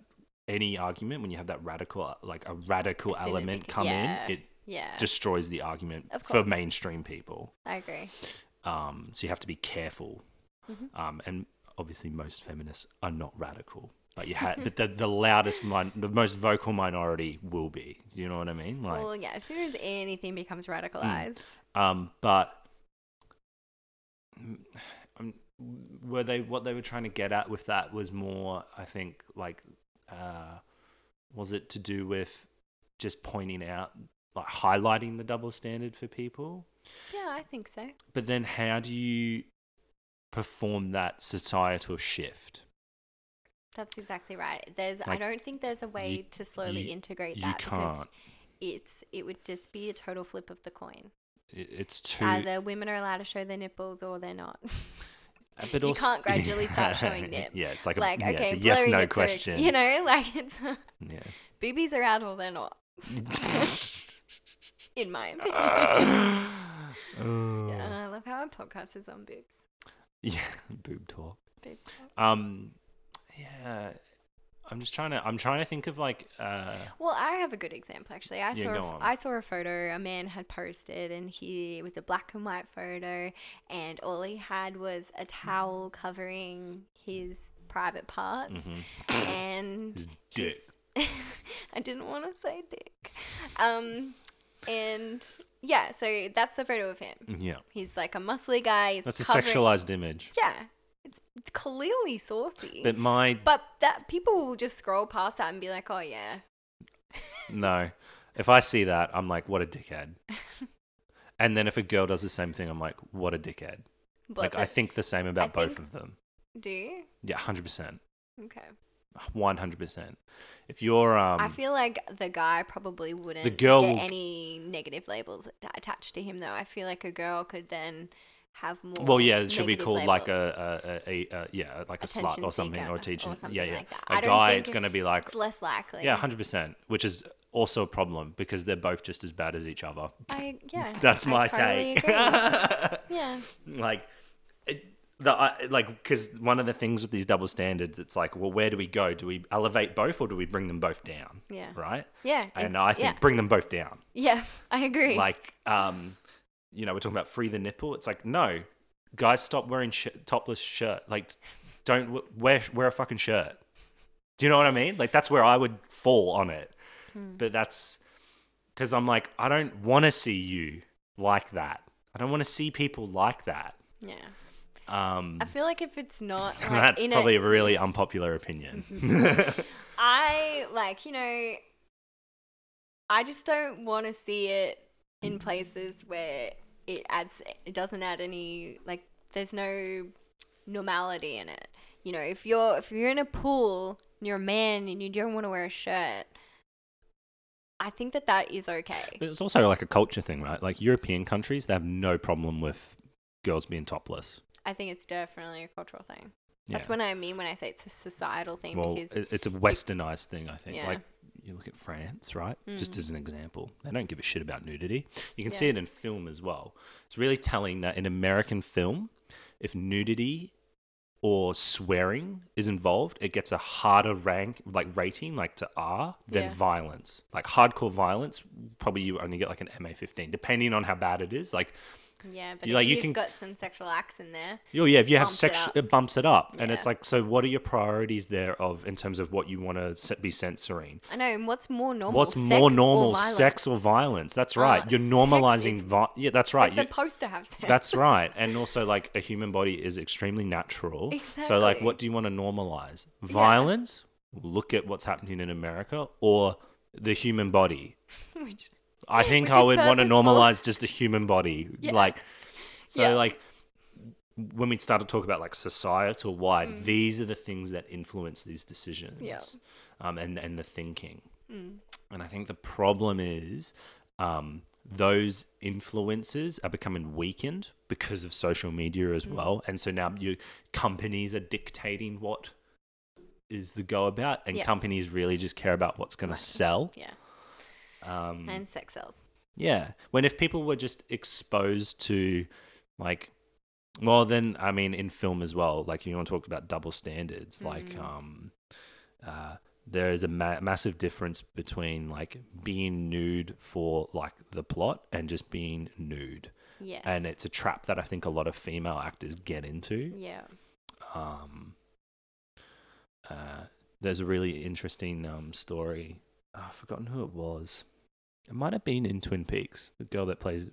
[SPEAKER 2] any argument, when you have that radical, like a radical
[SPEAKER 1] As soon as it
[SPEAKER 2] element
[SPEAKER 1] beca-
[SPEAKER 2] come
[SPEAKER 1] yeah.
[SPEAKER 2] in, it
[SPEAKER 1] yeah,
[SPEAKER 2] destroys the argument
[SPEAKER 1] Of
[SPEAKER 2] for
[SPEAKER 1] course.
[SPEAKER 2] mainstream people.
[SPEAKER 1] I agree.
[SPEAKER 2] Um, so you have to be careful.
[SPEAKER 1] Mhm.
[SPEAKER 2] Um, and obviously, most feminists are not radical, but you ha- but the, the loudest, min- the most vocal minority will be. Do you know what I mean? Like,
[SPEAKER 1] well, yeah, as soon as anything becomes radicalized,
[SPEAKER 2] um, but mm, um, were they what they were trying to get at with that was more, I think, like, uh, was it to do with just pointing out, like, highlighting the double standard for people?
[SPEAKER 1] yeah, I think so.
[SPEAKER 2] But then, how do you perform that societal shift?
[SPEAKER 1] That's exactly right. There's I
[SPEAKER 2] Like,
[SPEAKER 1] don't think there's a way
[SPEAKER 2] you-
[SPEAKER 1] to slowly
[SPEAKER 2] you-
[SPEAKER 1] integrate
[SPEAKER 2] you
[SPEAKER 1] that because
[SPEAKER 2] can't.
[SPEAKER 1] it's it would just be a total flip of the coin.
[SPEAKER 2] It, it's too. uh,
[SPEAKER 1] Either women are allowed to show their nipples or they're not.
[SPEAKER 2] but
[SPEAKER 1] you can't gradually start showing nip.
[SPEAKER 2] Yeah, it's like,
[SPEAKER 1] like
[SPEAKER 2] a, yeah,
[SPEAKER 1] okay,
[SPEAKER 2] it's a yes
[SPEAKER 1] blurry
[SPEAKER 2] no
[SPEAKER 1] nips are-
[SPEAKER 2] question.
[SPEAKER 1] you know, like it's
[SPEAKER 2] Yeah.
[SPEAKER 1] BBs are out or they're not, in my opinion.
[SPEAKER 2] Oh.
[SPEAKER 1] And I love how our podcast is on boobs.
[SPEAKER 2] Yeah, boob talk.
[SPEAKER 1] Boob
[SPEAKER 2] Um, yeah, I'm just trying to. I'm trying to think of like. Uh,
[SPEAKER 1] Well, I have a good example actually. I
[SPEAKER 2] Yeah,
[SPEAKER 1] saw
[SPEAKER 2] go
[SPEAKER 1] a,
[SPEAKER 2] on.
[SPEAKER 1] I saw a photo a man had posted, and he it was a black and white photo, and all he had was a towel covering his private parts,
[SPEAKER 2] mhm.
[SPEAKER 1] and
[SPEAKER 2] His dick.
[SPEAKER 1] I didn't want to say dick, um, and yeah, so that's the photo of him.
[SPEAKER 2] Yeah,
[SPEAKER 1] He's like a muscly guy. He's
[SPEAKER 2] that's a
[SPEAKER 1] covering-
[SPEAKER 2] sexualized image.
[SPEAKER 1] Yeah, it's it's clearly saucy.
[SPEAKER 2] But my
[SPEAKER 1] but that people will just scroll past that and be like, oh yeah,
[SPEAKER 2] no, if I see that, I'm like, what a dickhead. And then if a girl does the same thing, I'm like, what a dickhead.
[SPEAKER 1] but
[SPEAKER 2] like I think the same about both
[SPEAKER 1] think-
[SPEAKER 2] of them.
[SPEAKER 1] do you?
[SPEAKER 2] Yeah, hundred percent,
[SPEAKER 1] Okay.
[SPEAKER 2] one hundred percent. If you're um,
[SPEAKER 1] I feel like the guy probably wouldn't
[SPEAKER 2] girl
[SPEAKER 1] get
[SPEAKER 2] will-
[SPEAKER 1] any negative labels att- attached to him, though. I feel like a girl could then have more.
[SPEAKER 2] Well, yeah, she'll be
[SPEAKER 1] negative
[SPEAKER 2] called like
[SPEAKER 1] labels.
[SPEAKER 2] a, a, a, a, a yeah, like a slut
[SPEAKER 1] Attention
[SPEAKER 2] or something,
[SPEAKER 1] seeker
[SPEAKER 2] or a teacher.
[SPEAKER 1] or something
[SPEAKER 2] yeah, yeah.
[SPEAKER 1] like that.
[SPEAKER 2] A
[SPEAKER 1] I don't
[SPEAKER 2] guy,
[SPEAKER 1] think
[SPEAKER 2] it's
[SPEAKER 1] it-
[SPEAKER 2] going to be like
[SPEAKER 1] It's less likely.
[SPEAKER 2] yeah, hundred percent, which is also a problem because they're both just as bad as each other.
[SPEAKER 1] I yeah.
[SPEAKER 2] That's
[SPEAKER 1] I
[SPEAKER 2] my
[SPEAKER 1] totally
[SPEAKER 2] take.
[SPEAKER 1] agree. yeah.
[SPEAKER 2] like, it, the I, like because one of the things with these double standards, it's like, well, where do we go? Do we elevate both, or do we bring them both down?
[SPEAKER 1] Yeah.
[SPEAKER 2] Right.
[SPEAKER 1] Yeah. it-
[SPEAKER 2] And I think
[SPEAKER 1] yeah.
[SPEAKER 2] bring them both down.
[SPEAKER 1] Yeah, I agree.
[SPEAKER 2] Like, um, you know, we're talking about free the nipple. It's like, no, guys, stop wearing sh- topless shirt. Like, don't w- wear wear a fucking shirt. Do you know what I mean? Like, that's where I would fall on it.
[SPEAKER 1] Hmm.
[SPEAKER 2] But that's because I'm like, I don't want to see you like that. I don't want to see people like that.
[SPEAKER 1] yeah.
[SPEAKER 2] Um,
[SPEAKER 1] I feel like if it's not like
[SPEAKER 2] that's
[SPEAKER 1] in
[SPEAKER 2] probably
[SPEAKER 1] a,
[SPEAKER 2] a really unpopular opinion.
[SPEAKER 1] I like, you know, I just don't want to see it in places where it adds, it doesn't add any, like, there's no normality in it. You know, if you're if you're in a pool and you're a man and you don't want to wear a shirt, I think that that is okay.
[SPEAKER 2] But It's also like a culture thing, right? Like European countries, they have no problem with girls being topless.
[SPEAKER 1] I think it's definitely a cultural thing. That's
[SPEAKER 2] Yeah.
[SPEAKER 1] what I mean when I say it's a societal thing
[SPEAKER 2] well,
[SPEAKER 1] because
[SPEAKER 2] it- it's a westernized thing, I think.
[SPEAKER 1] Yeah. Mm.
[SPEAKER 2] Like you look at France, right? Just as an example, they don't give a shit about nudity. You can see
[SPEAKER 1] Yeah.
[SPEAKER 2] it in film as well. It's really telling that in American film, if nudity or swearing is involved, it gets a harder rank, like rating, like to R than
[SPEAKER 1] Yeah.
[SPEAKER 2] violence. Like hardcore violence, probably you only get like an MA fifteen, depending on how bad it is. Like
[SPEAKER 1] yeah, but
[SPEAKER 2] you-
[SPEAKER 1] if
[SPEAKER 2] like, you
[SPEAKER 1] you've
[SPEAKER 2] can-
[SPEAKER 1] got some sexual acts in there.
[SPEAKER 2] Oh yeah, if you have
[SPEAKER 1] Bumps it
[SPEAKER 2] sex,
[SPEAKER 1] up.
[SPEAKER 2] it, bumps it up, and it's
[SPEAKER 1] Yeah.
[SPEAKER 2] like, so what are your priorities there of in terms of what you want to be censoring?
[SPEAKER 1] I know. And what's more normal?
[SPEAKER 2] What's
[SPEAKER 1] sex
[SPEAKER 2] more
[SPEAKER 1] or
[SPEAKER 2] normal,
[SPEAKER 1] violence?
[SPEAKER 2] sex or violence? That's right.
[SPEAKER 1] Ah,
[SPEAKER 2] You're
[SPEAKER 1] sex
[SPEAKER 2] normalizing.
[SPEAKER 1] is-
[SPEAKER 2] Vi- yeah, that's right.
[SPEAKER 1] They're
[SPEAKER 2] You-
[SPEAKER 1] supposed to have sex.
[SPEAKER 2] that's right. And also, like a human body is extremely natural. So, like,
[SPEAKER 1] Exactly.
[SPEAKER 2] what do you want to normalize? Violence. Look at what's happening in America, or the human body.
[SPEAKER 1] Which,
[SPEAKER 2] I think
[SPEAKER 1] Which
[SPEAKER 2] I
[SPEAKER 1] is
[SPEAKER 2] would want to
[SPEAKER 1] purposeful.
[SPEAKER 2] normalize just the human body.
[SPEAKER 1] Yeah.
[SPEAKER 2] Like, so
[SPEAKER 1] Yeah.
[SPEAKER 2] like when we start to talk about like societal wide, these are the things that influence these decisions
[SPEAKER 1] Mm. Yeah.
[SPEAKER 2] um, and, and the thinking.
[SPEAKER 1] hmm,
[SPEAKER 2] And I think the problem is um, those influences are becoming weakened because of social media
[SPEAKER 1] Mm.
[SPEAKER 2] as well. And so now you companies are dictating what is the go about and
[SPEAKER 1] Yeah.
[SPEAKER 2] companies really just care about what's going
[SPEAKER 1] Right.
[SPEAKER 2] to sell.
[SPEAKER 1] yeah,
[SPEAKER 2] Um,
[SPEAKER 1] and sex sells.
[SPEAKER 2] yeah. When if people were just exposed to like well then I mean in film as well, like you want to talk about double standards, like um uh there is a ma- massive difference between like being nude for like the plot and just being nude.
[SPEAKER 1] Yes.
[SPEAKER 2] And it's a trap that I think a lot of female actors get into
[SPEAKER 1] yeah.
[SPEAKER 2] um, uh, there's a really interesting um, story. Oh, I've forgotten who it was. It might have been in Twin Peaks. The girl that plays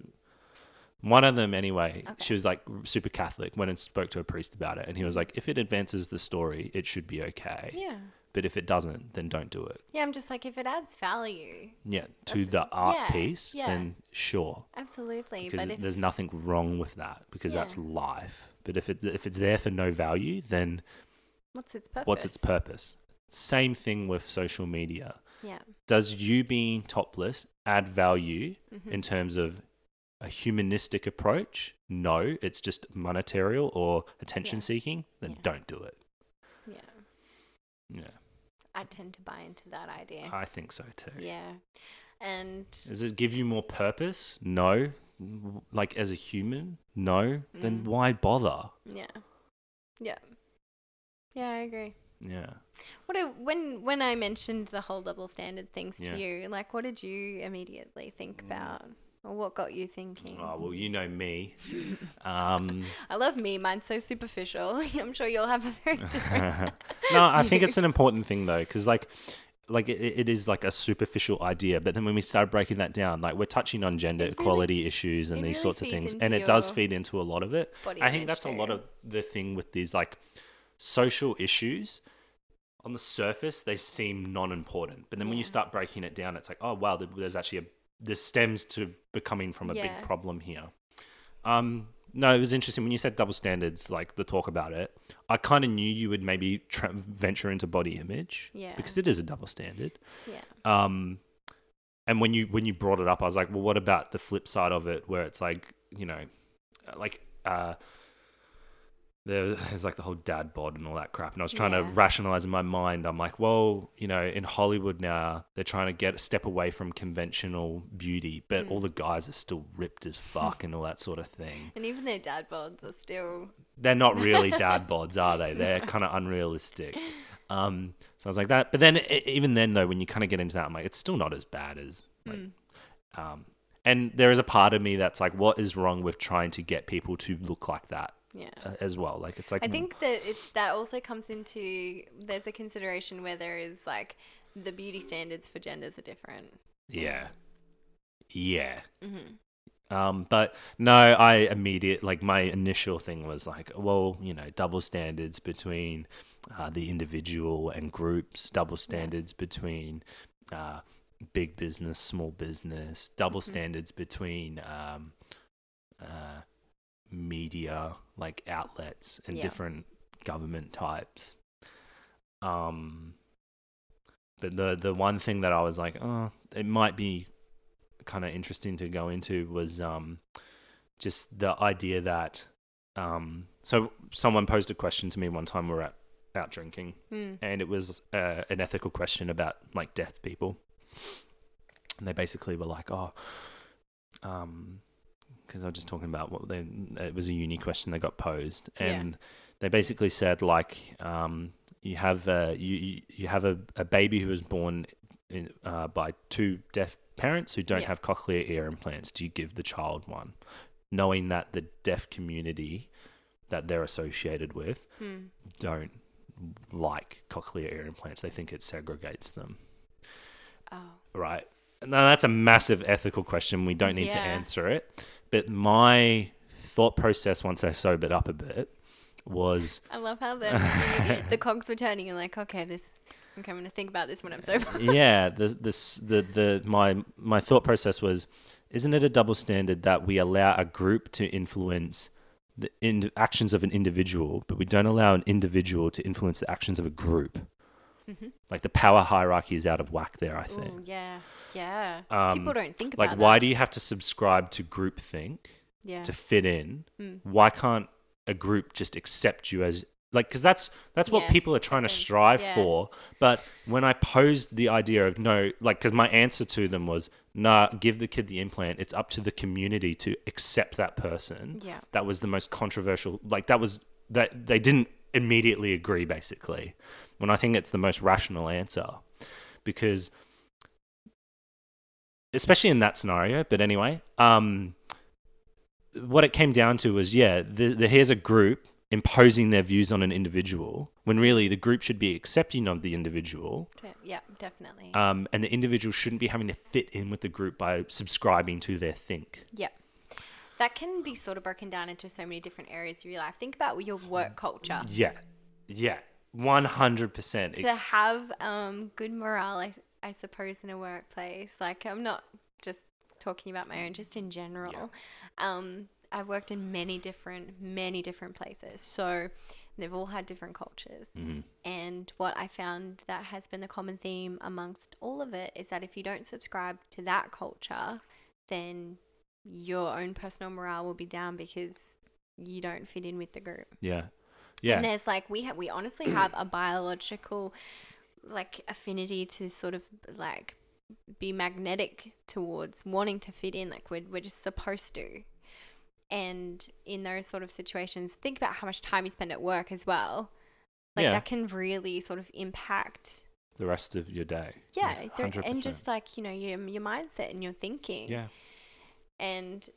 [SPEAKER 2] one of them, anyway.
[SPEAKER 1] Okay.
[SPEAKER 2] She was like super Catholic. Went and spoke to a priest about it, and he was like, "If it advances the story, it should be okay.
[SPEAKER 1] Yeah.
[SPEAKER 2] But if it doesn't, then don't do it.
[SPEAKER 1] Yeah. I'm just like, if it adds value,
[SPEAKER 2] Yeah, to the art
[SPEAKER 1] yeah,
[SPEAKER 2] piece,
[SPEAKER 1] yeah.
[SPEAKER 2] then sure,
[SPEAKER 1] absolutely.
[SPEAKER 2] because
[SPEAKER 1] but if
[SPEAKER 2] there's nothing wrong with that because
[SPEAKER 1] Yeah.
[SPEAKER 2] that's life. But if it if it's there for no value, then
[SPEAKER 1] what's its purpose?
[SPEAKER 2] what's its purpose? Same thing with social media.
[SPEAKER 1] Yeah.
[SPEAKER 2] Does you being topless add value
[SPEAKER 1] Mhm.
[SPEAKER 2] in terms of a humanistic approach? No, it's just monetary or attention
[SPEAKER 1] Yeah.
[SPEAKER 2] seeking. Then
[SPEAKER 1] Yeah.
[SPEAKER 2] don't do it.
[SPEAKER 1] Yeah.
[SPEAKER 2] Yeah,
[SPEAKER 1] I tend to buy into that idea.
[SPEAKER 2] I think so too.
[SPEAKER 1] yeah. And
[SPEAKER 2] Does it give you more purpose? No. Like as a human? No. Then
[SPEAKER 1] Mm.
[SPEAKER 2] why bother?
[SPEAKER 1] yeah. Yeah. Yeah, I agree.
[SPEAKER 2] Yeah.
[SPEAKER 1] What do- when when I mentioned the whole double standard things to
[SPEAKER 2] Yeah. Mm.
[SPEAKER 1] you, like what did you immediately think about, or what got you thinking?
[SPEAKER 2] Oh, well, you know me. Um,
[SPEAKER 1] I love me. Mine's so superficial. I'm sure you'll have a very different.
[SPEAKER 2] no, I think it's an important thing though, because like, like it, it is like a superficial idea, but then when we start breaking that down, like we're touching on gender
[SPEAKER 1] It really-
[SPEAKER 2] equality issues and
[SPEAKER 1] it
[SPEAKER 2] these
[SPEAKER 1] really
[SPEAKER 2] sorts of
[SPEAKER 1] feeds
[SPEAKER 2] things,
[SPEAKER 1] into
[SPEAKER 2] and it does
[SPEAKER 1] your
[SPEAKER 2] feed into a lot of it.
[SPEAKER 1] body
[SPEAKER 2] I think
[SPEAKER 1] image
[SPEAKER 2] that's a lot
[SPEAKER 1] too.
[SPEAKER 2] of the thing with these like social issues. On the surface, they seem non-important, but then when you
[SPEAKER 1] Yeah.
[SPEAKER 2] start breaking it down, it's like, oh wow, there- there's actually a this stems to becoming from a
[SPEAKER 1] Yeah.
[SPEAKER 2] big problem here. Um, no, it was interesting when you said double standards, like the talk about it. I kind of knew you would maybe tra- venture into body image,
[SPEAKER 1] Yeah.
[SPEAKER 2] because it is a double standard.
[SPEAKER 1] yeah,
[SPEAKER 2] Um, and when you when you brought it up, I was like, well, what about the flip side of it, where it's like, you know, like uh, there- there's like the whole dad bod and all that crap. And I was trying to
[SPEAKER 1] Yeah.
[SPEAKER 2] rationalize in my mind. I'm like, well, you know, in Hollywood now, they're trying to get step away from conventional beauty, but all the guys are still ripped as fuck and all that sort of thing.
[SPEAKER 1] and even their dad bods are still
[SPEAKER 2] they're not really dad bods, are they? They're kind of unrealistic. Um, so I was like that. But then, e- even then, though, when you kind of get into that, I'm like, it's still not as bad as. Like,
[SPEAKER 1] mm,
[SPEAKER 2] um, and there is a part of me that's like, what is wrong with trying to get people to look like that
[SPEAKER 1] Yeah.
[SPEAKER 2] uh, as well? Like, it's like,
[SPEAKER 1] I
[SPEAKER 2] mm,
[SPEAKER 1] think that it, that also comes into there's a consideration where there is like the beauty standards for genders are different.
[SPEAKER 2] yeah, yeah.
[SPEAKER 1] hmm
[SPEAKER 2] Um, but no, I immediate like my initial thing was like, well, you know, double standards between uh, the individual and groups, double standards between uh, big business, small business, double
[SPEAKER 1] Mm-hmm.
[SPEAKER 2] standards between um, uh, media like outlets and
[SPEAKER 1] Yeah.
[SPEAKER 2] different government types. Um, but the the one thing that I was like, oh, it might be kind of interesting to go into was um, just the idea that um, so someone posed a question to me one time we were at out drinking
[SPEAKER 1] Mm.
[SPEAKER 2] and it was uh, an ethical question about like deaf people and they basically were like oh um because i was just talking about what they it was a uni question that got posed
[SPEAKER 1] Yeah.
[SPEAKER 2] and they basically said like um you have a you you- you have a, a baby who was born in, uh, by two deaf parents who don't
[SPEAKER 1] Yeah.
[SPEAKER 2] have cochlear ear implants do you give the child one knowing that the deaf community that they're associated with
[SPEAKER 1] Mm.
[SPEAKER 2] don't like cochlear ear implants. They think it segregates them,
[SPEAKER 1] Oh.
[SPEAKER 2] right? Now that's a massive ethical question. We don't need to
[SPEAKER 1] Yeah.
[SPEAKER 2] answer it. But my thought process once I sobered up a bit was
[SPEAKER 1] I love how the the cogs were turning and like, okay, this I'm coming to think about this when I'm sober.
[SPEAKER 2] yeah, the this the the my my thought process was isn't it a double standard that we allow a group to influence the in- actions of an individual, but we don't allow an individual to influence the actions of a group?
[SPEAKER 1] Mhm.
[SPEAKER 2] Like the power hierarchy is out of whack there, I think.
[SPEAKER 1] Ooh, yeah, yeah.
[SPEAKER 2] Um,
[SPEAKER 1] People don't think about
[SPEAKER 2] like
[SPEAKER 1] that.
[SPEAKER 2] why do you have to subscribe to groupthink
[SPEAKER 1] yeah.
[SPEAKER 2] to fit in
[SPEAKER 1] Mm.
[SPEAKER 2] why can't a group just accept you as like because that's that's what
[SPEAKER 1] Yeah,
[SPEAKER 2] people are trying to
[SPEAKER 1] acceptance,
[SPEAKER 2] strive
[SPEAKER 1] yeah.
[SPEAKER 2] for but when i posed the idea of no like because my answer to them was nah give the kid the implant it's up to the community to accept that person
[SPEAKER 1] Yeah.
[SPEAKER 2] that was the most controversial like that was that they didn't immediately agree basically when i think it's the most rational answer because especially in that scenario but anyway um what it came down to was yeah the, the here's a group imposing their views on an individual when really the group should be accepting of the individual
[SPEAKER 1] De- yeah, definitely.
[SPEAKER 2] um, and the individual shouldn't be having to fit in with the group by subscribing to their think
[SPEAKER 1] yeah. That can be sort of broken down into so many different areas of your life. Think about your work culture.
[SPEAKER 2] yeah yeah 100%
[SPEAKER 1] to have um, good morale, I, I suppose, in a workplace. Like, I'm not just talking about my own, just in general. Um, I've worked in many different, many different places. So they've all had different cultures. And what I found that has been the common theme amongst all of it is that if you don't subscribe to that culture, then your own personal morale will be down because you don't fit in with the group.
[SPEAKER 2] yeah yeah
[SPEAKER 1] And there's like we ha- we honestly have a biological like affinity to sort of like be magnetic towards wanting to fit in like we're, we're just supposed to and in those sort of situations think about how much time you spend at work as well like
[SPEAKER 2] Yeah.
[SPEAKER 1] that can really sort of impact
[SPEAKER 2] the rest of your day
[SPEAKER 1] yeah, there-
[SPEAKER 2] 100%.
[SPEAKER 1] and just like you know your, your mindset and your thinking
[SPEAKER 2] yeah
[SPEAKER 1] and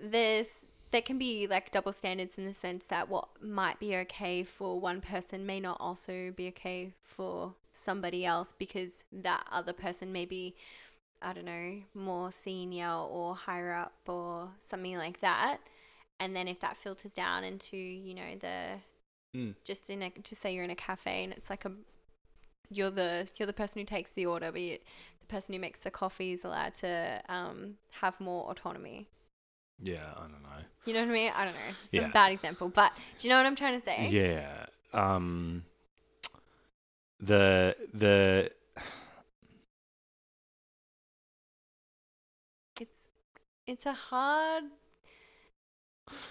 [SPEAKER 1] there's there can be like double standards in the sense that what might be okay for one person may not also be okay for somebody else because that other person may be i don't know more senior or higher up or something like that and then if that filters down into you know the
[SPEAKER 2] Mm.
[SPEAKER 1] just in a just say you're in a cafe and it's like a you're the you're the person who takes the order but you, the person who makes the coffee is allowed to um, have more autonomy
[SPEAKER 2] yeah i don't know
[SPEAKER 1] you know what i mean i don't know it's a
[SPEAKER 2] Yeah.
[SPEAKER 1] bad example but do you know what i'm trying to say
[SPEAKER 2] yeah um the the
[SPEAKER 1] it's it's a hard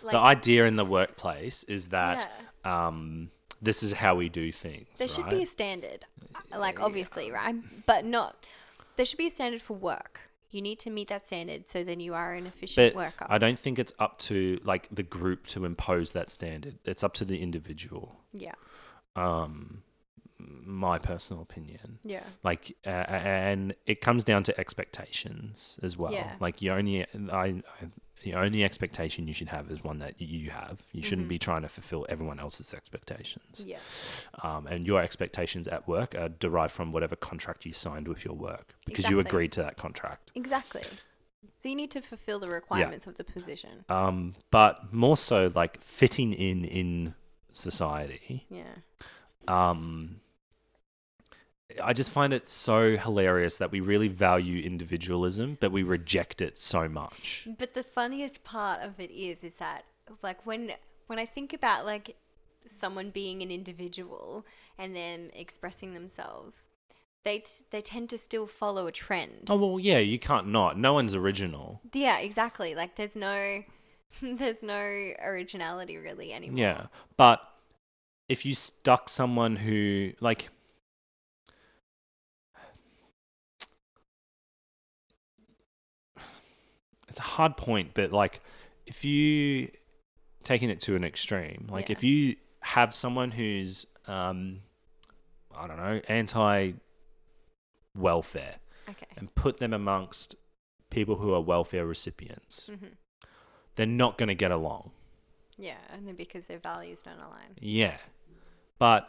[SPEAKER 1] like
[SPEAKER 2] the idea in the workplace is that
[SPEAKER 1] yeah,
[SPEAKER 2] um this is how we do things
[SPEAKER 1] there should be a
[SPEAKER 2] right?
[SPEAKER 1] standard uh, like
[SPEAKER 2] Yeah.
[SPEAKER 1] obviously right but not there should be a standard for work You need to meet that standard so then you are an efficient
[SPEAKER 2] But
[SPEAKER 1] worker.
[SPEAKER 2] I don't think it's up to like the group to impose that standard. It's up to the individual.
[SPEAKER 1] yeah.
[SPEAKER 2] Um, my personal opinion.
[SPEAKER 1] Yeah.
[SPEAKER 2] like uh, and it comes down to expectations as well
[SPEAKER 1] Yeah.
[SPEAKER 2] like you only I, I the only expectation you should have is one that you have you shouldn't be trying to fulfill everyone else's expectations
[SPEAKER 1] Mm-hmm. Yeah.
[SPEAKER 2] um, and your expectations at work are derived from whatever contract you signed with your work because you
[SPEAKER 1] Exactly.
[SPEAKER 2] agreed to that contract
[SPEAKER 1] Exactly. So you need to fulfill the requirements of the position.
[SPEAKER 2] um, but more so like fitting in in society
[SPEAKER 1] Yeah.
[SPEAKER 2] um I just find it so hilarious that we really value individualism, but we reject it so much.
[SPEAKER 1] But the funniest part of it is, is that like when when I think about like someone being an individual and then expressing themselves, they t- they tend to still follow a trend.
[SPEAKER 2] Oh well, yeah, you can't not. No one's original.
[SPEAKER 1] Yeah, exactly. Like there's no there's no originality really anymore.
[SPEAKER 2] Yeah, but if you stuck someone who like it's a hard point, but like if you taking it to an extreme, like
[SPEAKER 1] Yeah.
[SPEAKER 2] if you have someone who's um I don't know, anti welfare
[SPEAKER 1] Okay.
[SPEAKER 2] and put them amongst people who are welfare recipients,
[SPEAKER 1] hmm
[SPEAKER 2] they're not going to get along.
[SPEAKER 1] Yeah, and then because their values don't align.
[SPEAKER 2] Yeah. But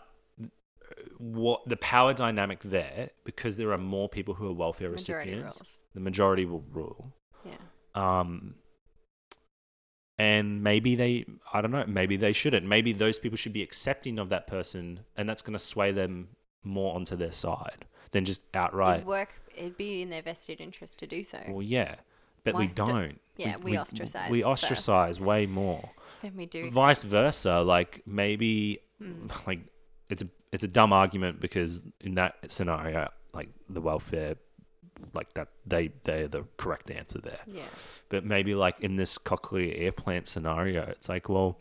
[SPEAKER 2] what the power dynamic there, because there are more people who are welfare
[SPEAKER 1] Majority
[SPEAKER 2] recipients,
[SPEAKER 1] rules.
[SPEAKER 2] the majority will rule.
[SPEAKER 1] Yeah.
[SPEAKER 2] Um, and maybe they, I don't know, maybe they shouldn't. Maybe those people should be accepting of that person, and that's going to sway them more onto their side than just outright.
[SPEAKER 1] It'd work. It'd be in their vested interest to do so.
[SPEAKER 2] Well, yeah, but
[SPEAKER 1] Why
[SPEAKER 2] we
[SPEAKER 1] do-
[SPEAKER 2] don't.
[SPEAKER 1] yeah, we ostracize
[SPEAKER 2] We
[SPEAKER 1] first.
[SPEAKER 2] ostracize way more
[SPEAKER 1] then we do.
[SPEAKER 2] vice versa like maybe like it's a it's a dumb argument because in that scenario like the welfare like that they they're the correct answer there
[SPEAKER 1] yeah.
[SPEAKER 2] but maybe like in this cochlear air plant scenario it's like well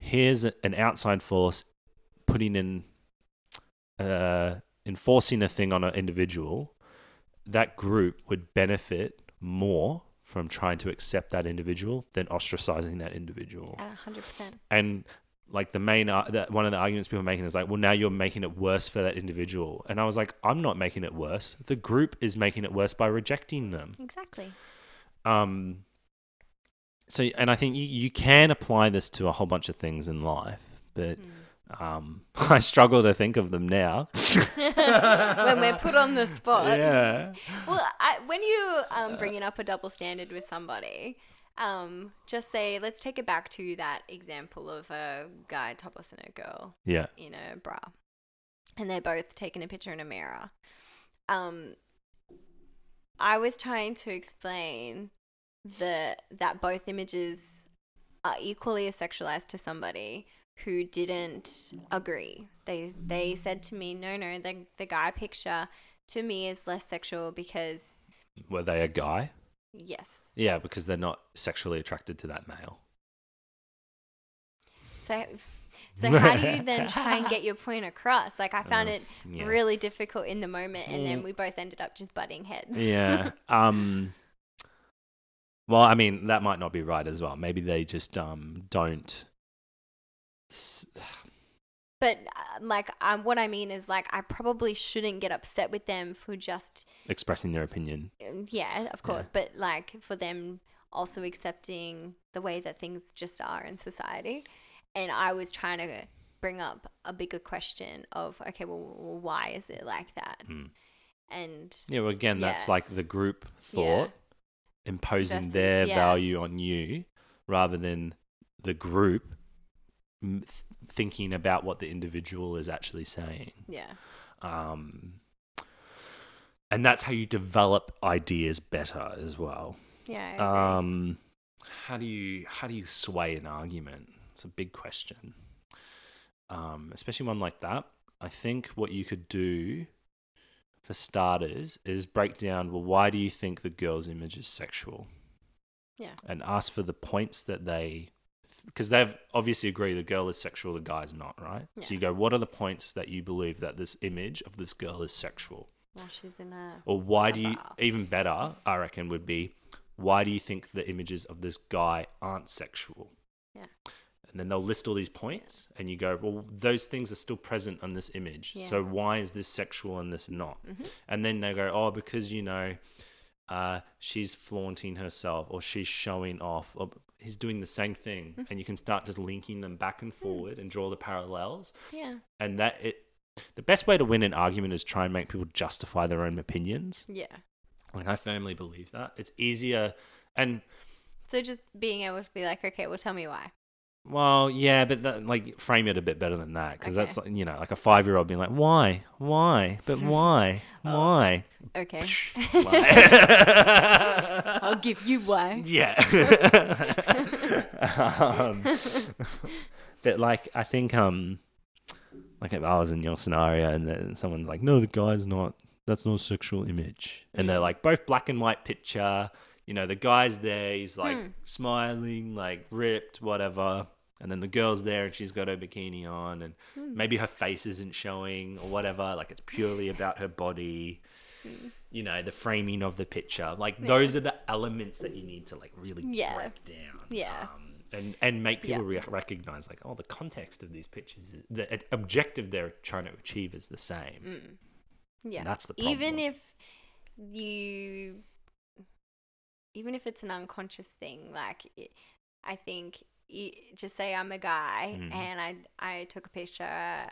[SPEAKER 2] here's a- an outside force putting in uh enforcing a thing on an individual that group would benefit more from trying to accept that individual than ostracizing that individual
[SPEAKER 1] A hundred percent.
[SPEAKER 2] and like the main ar- that one of the arguments people are making is like well now you're making it worse for that individual and i was like i'm not making it worse the group is making it worse by rejecting them
[SPEAKER 1] Exactly.
[SPEAKER 2] um so and i think you, you can apply this to a whole bunch of things in life but
[SPEAKER 1] Hmm.
[SPEAKER 2] um i struggle to think of them now
[SPEAKER 1] when we're put on the spot.
[SPEAKER 2] yeah
[SPEAKER 1] Well, I, when you um, bringing up a double standard with somebody, um, just say, let's take it back to that example of a guy topless and a girl
[SPEAKER 2] yeah
[SPEAKER 1] in a bra, and they're both taking a picture in a mirror. Um, I was trying to explain the that both images are equally as sexualized to somebody who didn't agree. They they said to me, "No, no, the the guy picture to me is less sexual because
[SPEAKER 2] were they a guy
[SPEAKER 1] yes."
[SPEAKER 2] yeah because they're not sexually attracted to that male
[SPEAKER 1] So so how do you then try and get your point across? Like I found
[SPEAKER 2] Uh,
[SPEAKER 1] it
[SPEAKER 2] yeah.
[SPEAKER 1] really difficult in the moment and then
[SPEAKER 2] Mm.
[SPEAKER 1] we both ended up just butting heads.
[SPEAKER 2] yeah. Um. Well, I mean, that might not be right as well. Maybe they just um don't. s-
[SPEAKER 1] But uh, like, um, what I mean is like, I probably shouldn't get upset with them for just
[SPEAKER 2] Expressing their opinion.
[SPEAKER 1] um, yeah, of course, but like for them also accepting the way that things just are in society. And I was trying to bring up a bigger question of okay, well, w- why is it like that?
[SPEAKER 2] Mm.
[SPEAKER 1] And
[SPEAKER 2] Yeah. Well, again, that's
[SPEAKER 1] Yeah.
[SPEAKER 2] like the group thought imposing
[SPEAKER 1] Versus-
[SPEAKER 2] their
[SPEAKER 1] yeah.
[SPEAKER 2] value on you rather than the group m- th- thinking about what the individual is actually saying.
[SPEAKER 1] yeah,
[SPEAKER 2] Um. And that's how you develop ideas better as well.
[SPEAKER 1] yeah, I agree.
[SPEAKER 2] Um, how do you how do you sway an argument? It's a big question, um, especially one like that. I think what you could do, for starters, is break down. Well, why do you think the girl's image is sexual?
[SPEAKER 1] Yeah.
[SPEAKER 2] and ask for the points that they, because they've obviously agree the girl is sexual, the guy's not, right?
[SPEAKER 1] Yeah.
[SPEAKER 2] So you go, what are the points that you believe that this image of this girl is sexual?
[SPEAKER 1] Washes in uh, a.
[SPEAKER 2] Or why do you,
[SPEAKER 1] Clever.
[SPEAKER 2] even better, I reckon, would be why do you think the images of this guy aren't sexual?
[SPEAKER 1] Yeah.
[SPEAKER 2] And then they'll list all these points, and you go, well, those things are still present on this image. So
[SPEAKER 1] Yeah.
[SPEAKER 2] why is this sexual and this not?
[SPEAKER 1] Mhm.
[SPEAKER 2] And then they go, oh, because, you know, uh, she's flaunting herself or she's showing off. Or he's doing the same thing.
[SPEAKER 1] Mm.
[SPEAKER 2] And you can start just linking them back and forward and draw the parallels
[SPEAKER 1] Yeah.
[SPEAKER 2] and that it the best way to win an argument is try and make people justify their own opinions
[SPEAKER 1] Yeah.
[SPEAKER 2] like i firmly believe that it's easier and
[SPEAKER 1] So just being able to be like, okay, well, tell me why.
[SPEAKER 2] well yeah but that, like frame it a bit better than that because that's
[SPEAKER 1] Okay.
[SPEAKER 2] like, you know like a five year old being like why why but why
[SPEAKER 1] Oh.
[SPEAKER 2] why
[SPEAKER 1] Okay.
[SPEAKER 2] Why?
[SPEAKER 1] I'll give you why.
[SPEAKER 2] yeah um, but like i think um like if i was in your scenario and then someone's like no the guy's not that's not a sexual image and they're like both black and white picture you know the guy's there he's like smiling like ripped whatever and then the girl's there and she's got her bikini on and maybe her face isn't showing or whatever like it's purely about her body you know the framing of the picture like those are the elements that you need to like really
[SPEAKER 1] Yeah.
[SPEAKER 2] break down
[SPEAKER 1] Yeah.
[SPEAKER 2] um, and and make
[SPEAKER 1] Yeah.
[SPEAKER 2] people re- recognize like oh the context of these pictures is- the ad- objective they're trying to achieve is the same
[SPEAKER 1] Mm, Yeah.
[SPEAKER 2] That's the
[SPEAKER 1] Even
[SPEAKER 2] problem.
[SPEAKER 1] if you, even if it's an unconscious thing, like it, I think you, just say I'm a guy
[SPEAKER 2] Mhm.
[SPEAKER 1] and I I took a picture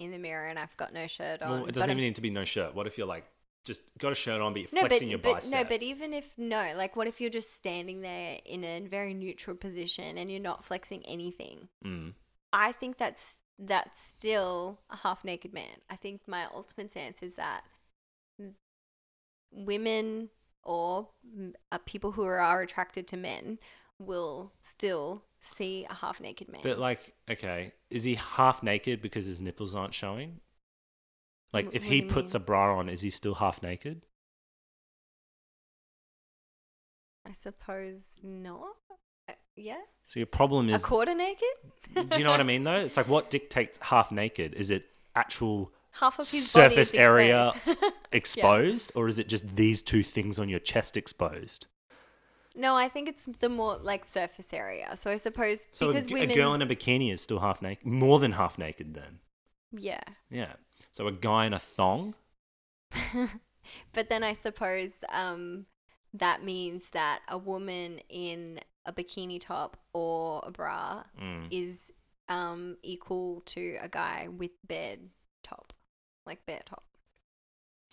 [SPEAKER 1] in the mirror and I've got no shirt on.
[SPEAKER 2] well it
[SPEAKER 1] but
[SPEAKER 2] doesn't
[SPEAKER 1] I'm-
[SPEAKER 2] even need to be no shirt what if you're like just got a shirt on but you're
[SPEAKER 1] no, but,
[SPEAKER 2] flexing your
[SPEAKER 1] but
[SPEAKER 2] bicep
[SPEAKER 1] no, but even if no, like what if you're just standing there in a very neutral position and you're not flexing anything?
[SPEAKER 2] mm.
[SPEAKER 1] I think that's that's still a half naked man. I think my ultimate stance is that m- women or m- uh, people who are attracted to men will still see a half naked man.
[SPEAKER 2] but like okay is he half naked because his nipples aren't showing like
[SPEAKER 1] Wh-
[SPEAKER 2] if
[SPEAKER 1] what
[SPEAKER 2] he
[SPEAKER 1] do you
[SPEAKER 2] puts
[SPEAKER 1] mean?
[SPEAKER 2] a bra on is he still half naked
[SPEAKER 1] I suppose not. Uh, yeah,
[SPEAKER 2] so your problem
[SPEAKER 1] a
[SPEAKER 2] is
[SPEAKER 1] quarter naked.
[SPEAKER 2] do you know what i mean though it's like what dictates half naked is it actual
[SPEAKER 1] Half of his
[SPEAKER 2] Surface
[SPEAKER 1] body
[SPEAKER 2] area
[SPEAKER 1] is exposed.
[SPEAKER 2] exposed or is it just these two things on your chest exposed
[SPEAKER 1] no, I think it's the more like surface area. So I suppose
[SPEAKER 2] so a,
[SPEAKER 1] because
[SPEAKER 2] g- a
[SPEAKER 1] women,
[SPEAKER 2] girl in a bikini is still half naked more than half naked then
[SPEAKER 1] yeah.
[SPEAKER 2] yeah so a guy in a thong
[SPEAKER 1] but then I suppose um, that means that a woman in a bikini top or a bra
[SPEAKER 2] Mm.
[SPEAKER 1] is um, equal to a guy with bed top, like bare top.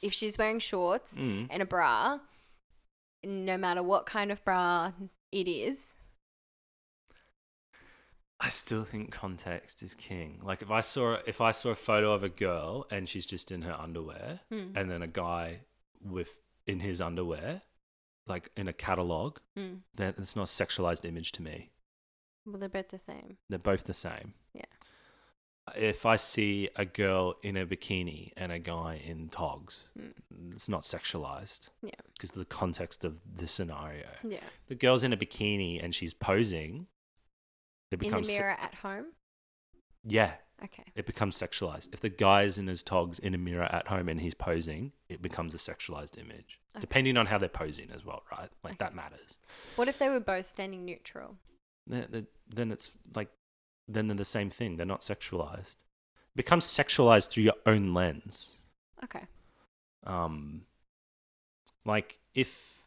[SPEAKER 1] If she's wearing shorts
[SPEAKER 2] Mm.
[SPEAKER 1] and a bra, no matter what kind of bra it is,
[SPEAKER 2] i still think context is king like if i saw if i saw a photo of a girl and she's just in her underwear Hmm.
[SPEAKER 1] Mm.
[SPEAKER 2] and then a guy with in his underwear like in a catalog
[SPEAKER 1] mm,
[SPEAKER 2] then it's not a sexualized image to me
[SPEAKER 1] well, they're both the same.
[SPEAKER 2] They're both the same.
[SPEAKER 1] Yeah.
[SPEAKER 2] If I see a girl in a bikini and a guy in togs,
[SPEAKER 1] Mm.
[SPEAKER 2] it's not sexualized
[SPEAKER 1] Yeah,
[SPEAKER 2] because the context of the scenario.
[SPEAKER 1] yeah.
[SPEAKER 2] The girl's in a bikini and she's posing.
[SPEAKER 1] In
[SPEAKER 2] It
[SPEAKER 1] the
[SPEAKER 2] becomes se-
[SPEAKER 1] mirror at home.
[SPEAKER 2] yeah,
[SPEAKER 1] Okay.
[SPEAKER 2] it becomes sexualized. If the guy's in his togs in a mirror at home and he's posing, it becomes a sexualized image.
[SPEAKER 1] Okay.
[SPEAKER 2] Depending on how they're posing as well, right? Like
[SPEAKER 1] Okay.
[SPEAKER 2] that matters.
[SPEAKER 1] What if they were both standing neutral?
[SPEAKER 2] Then- then- then it's like then they're the same thing. They're not sexualized. It becomes sexualized through your own lens.
[SPEAKER 1] Okay.
[SPEAKER 2] um like if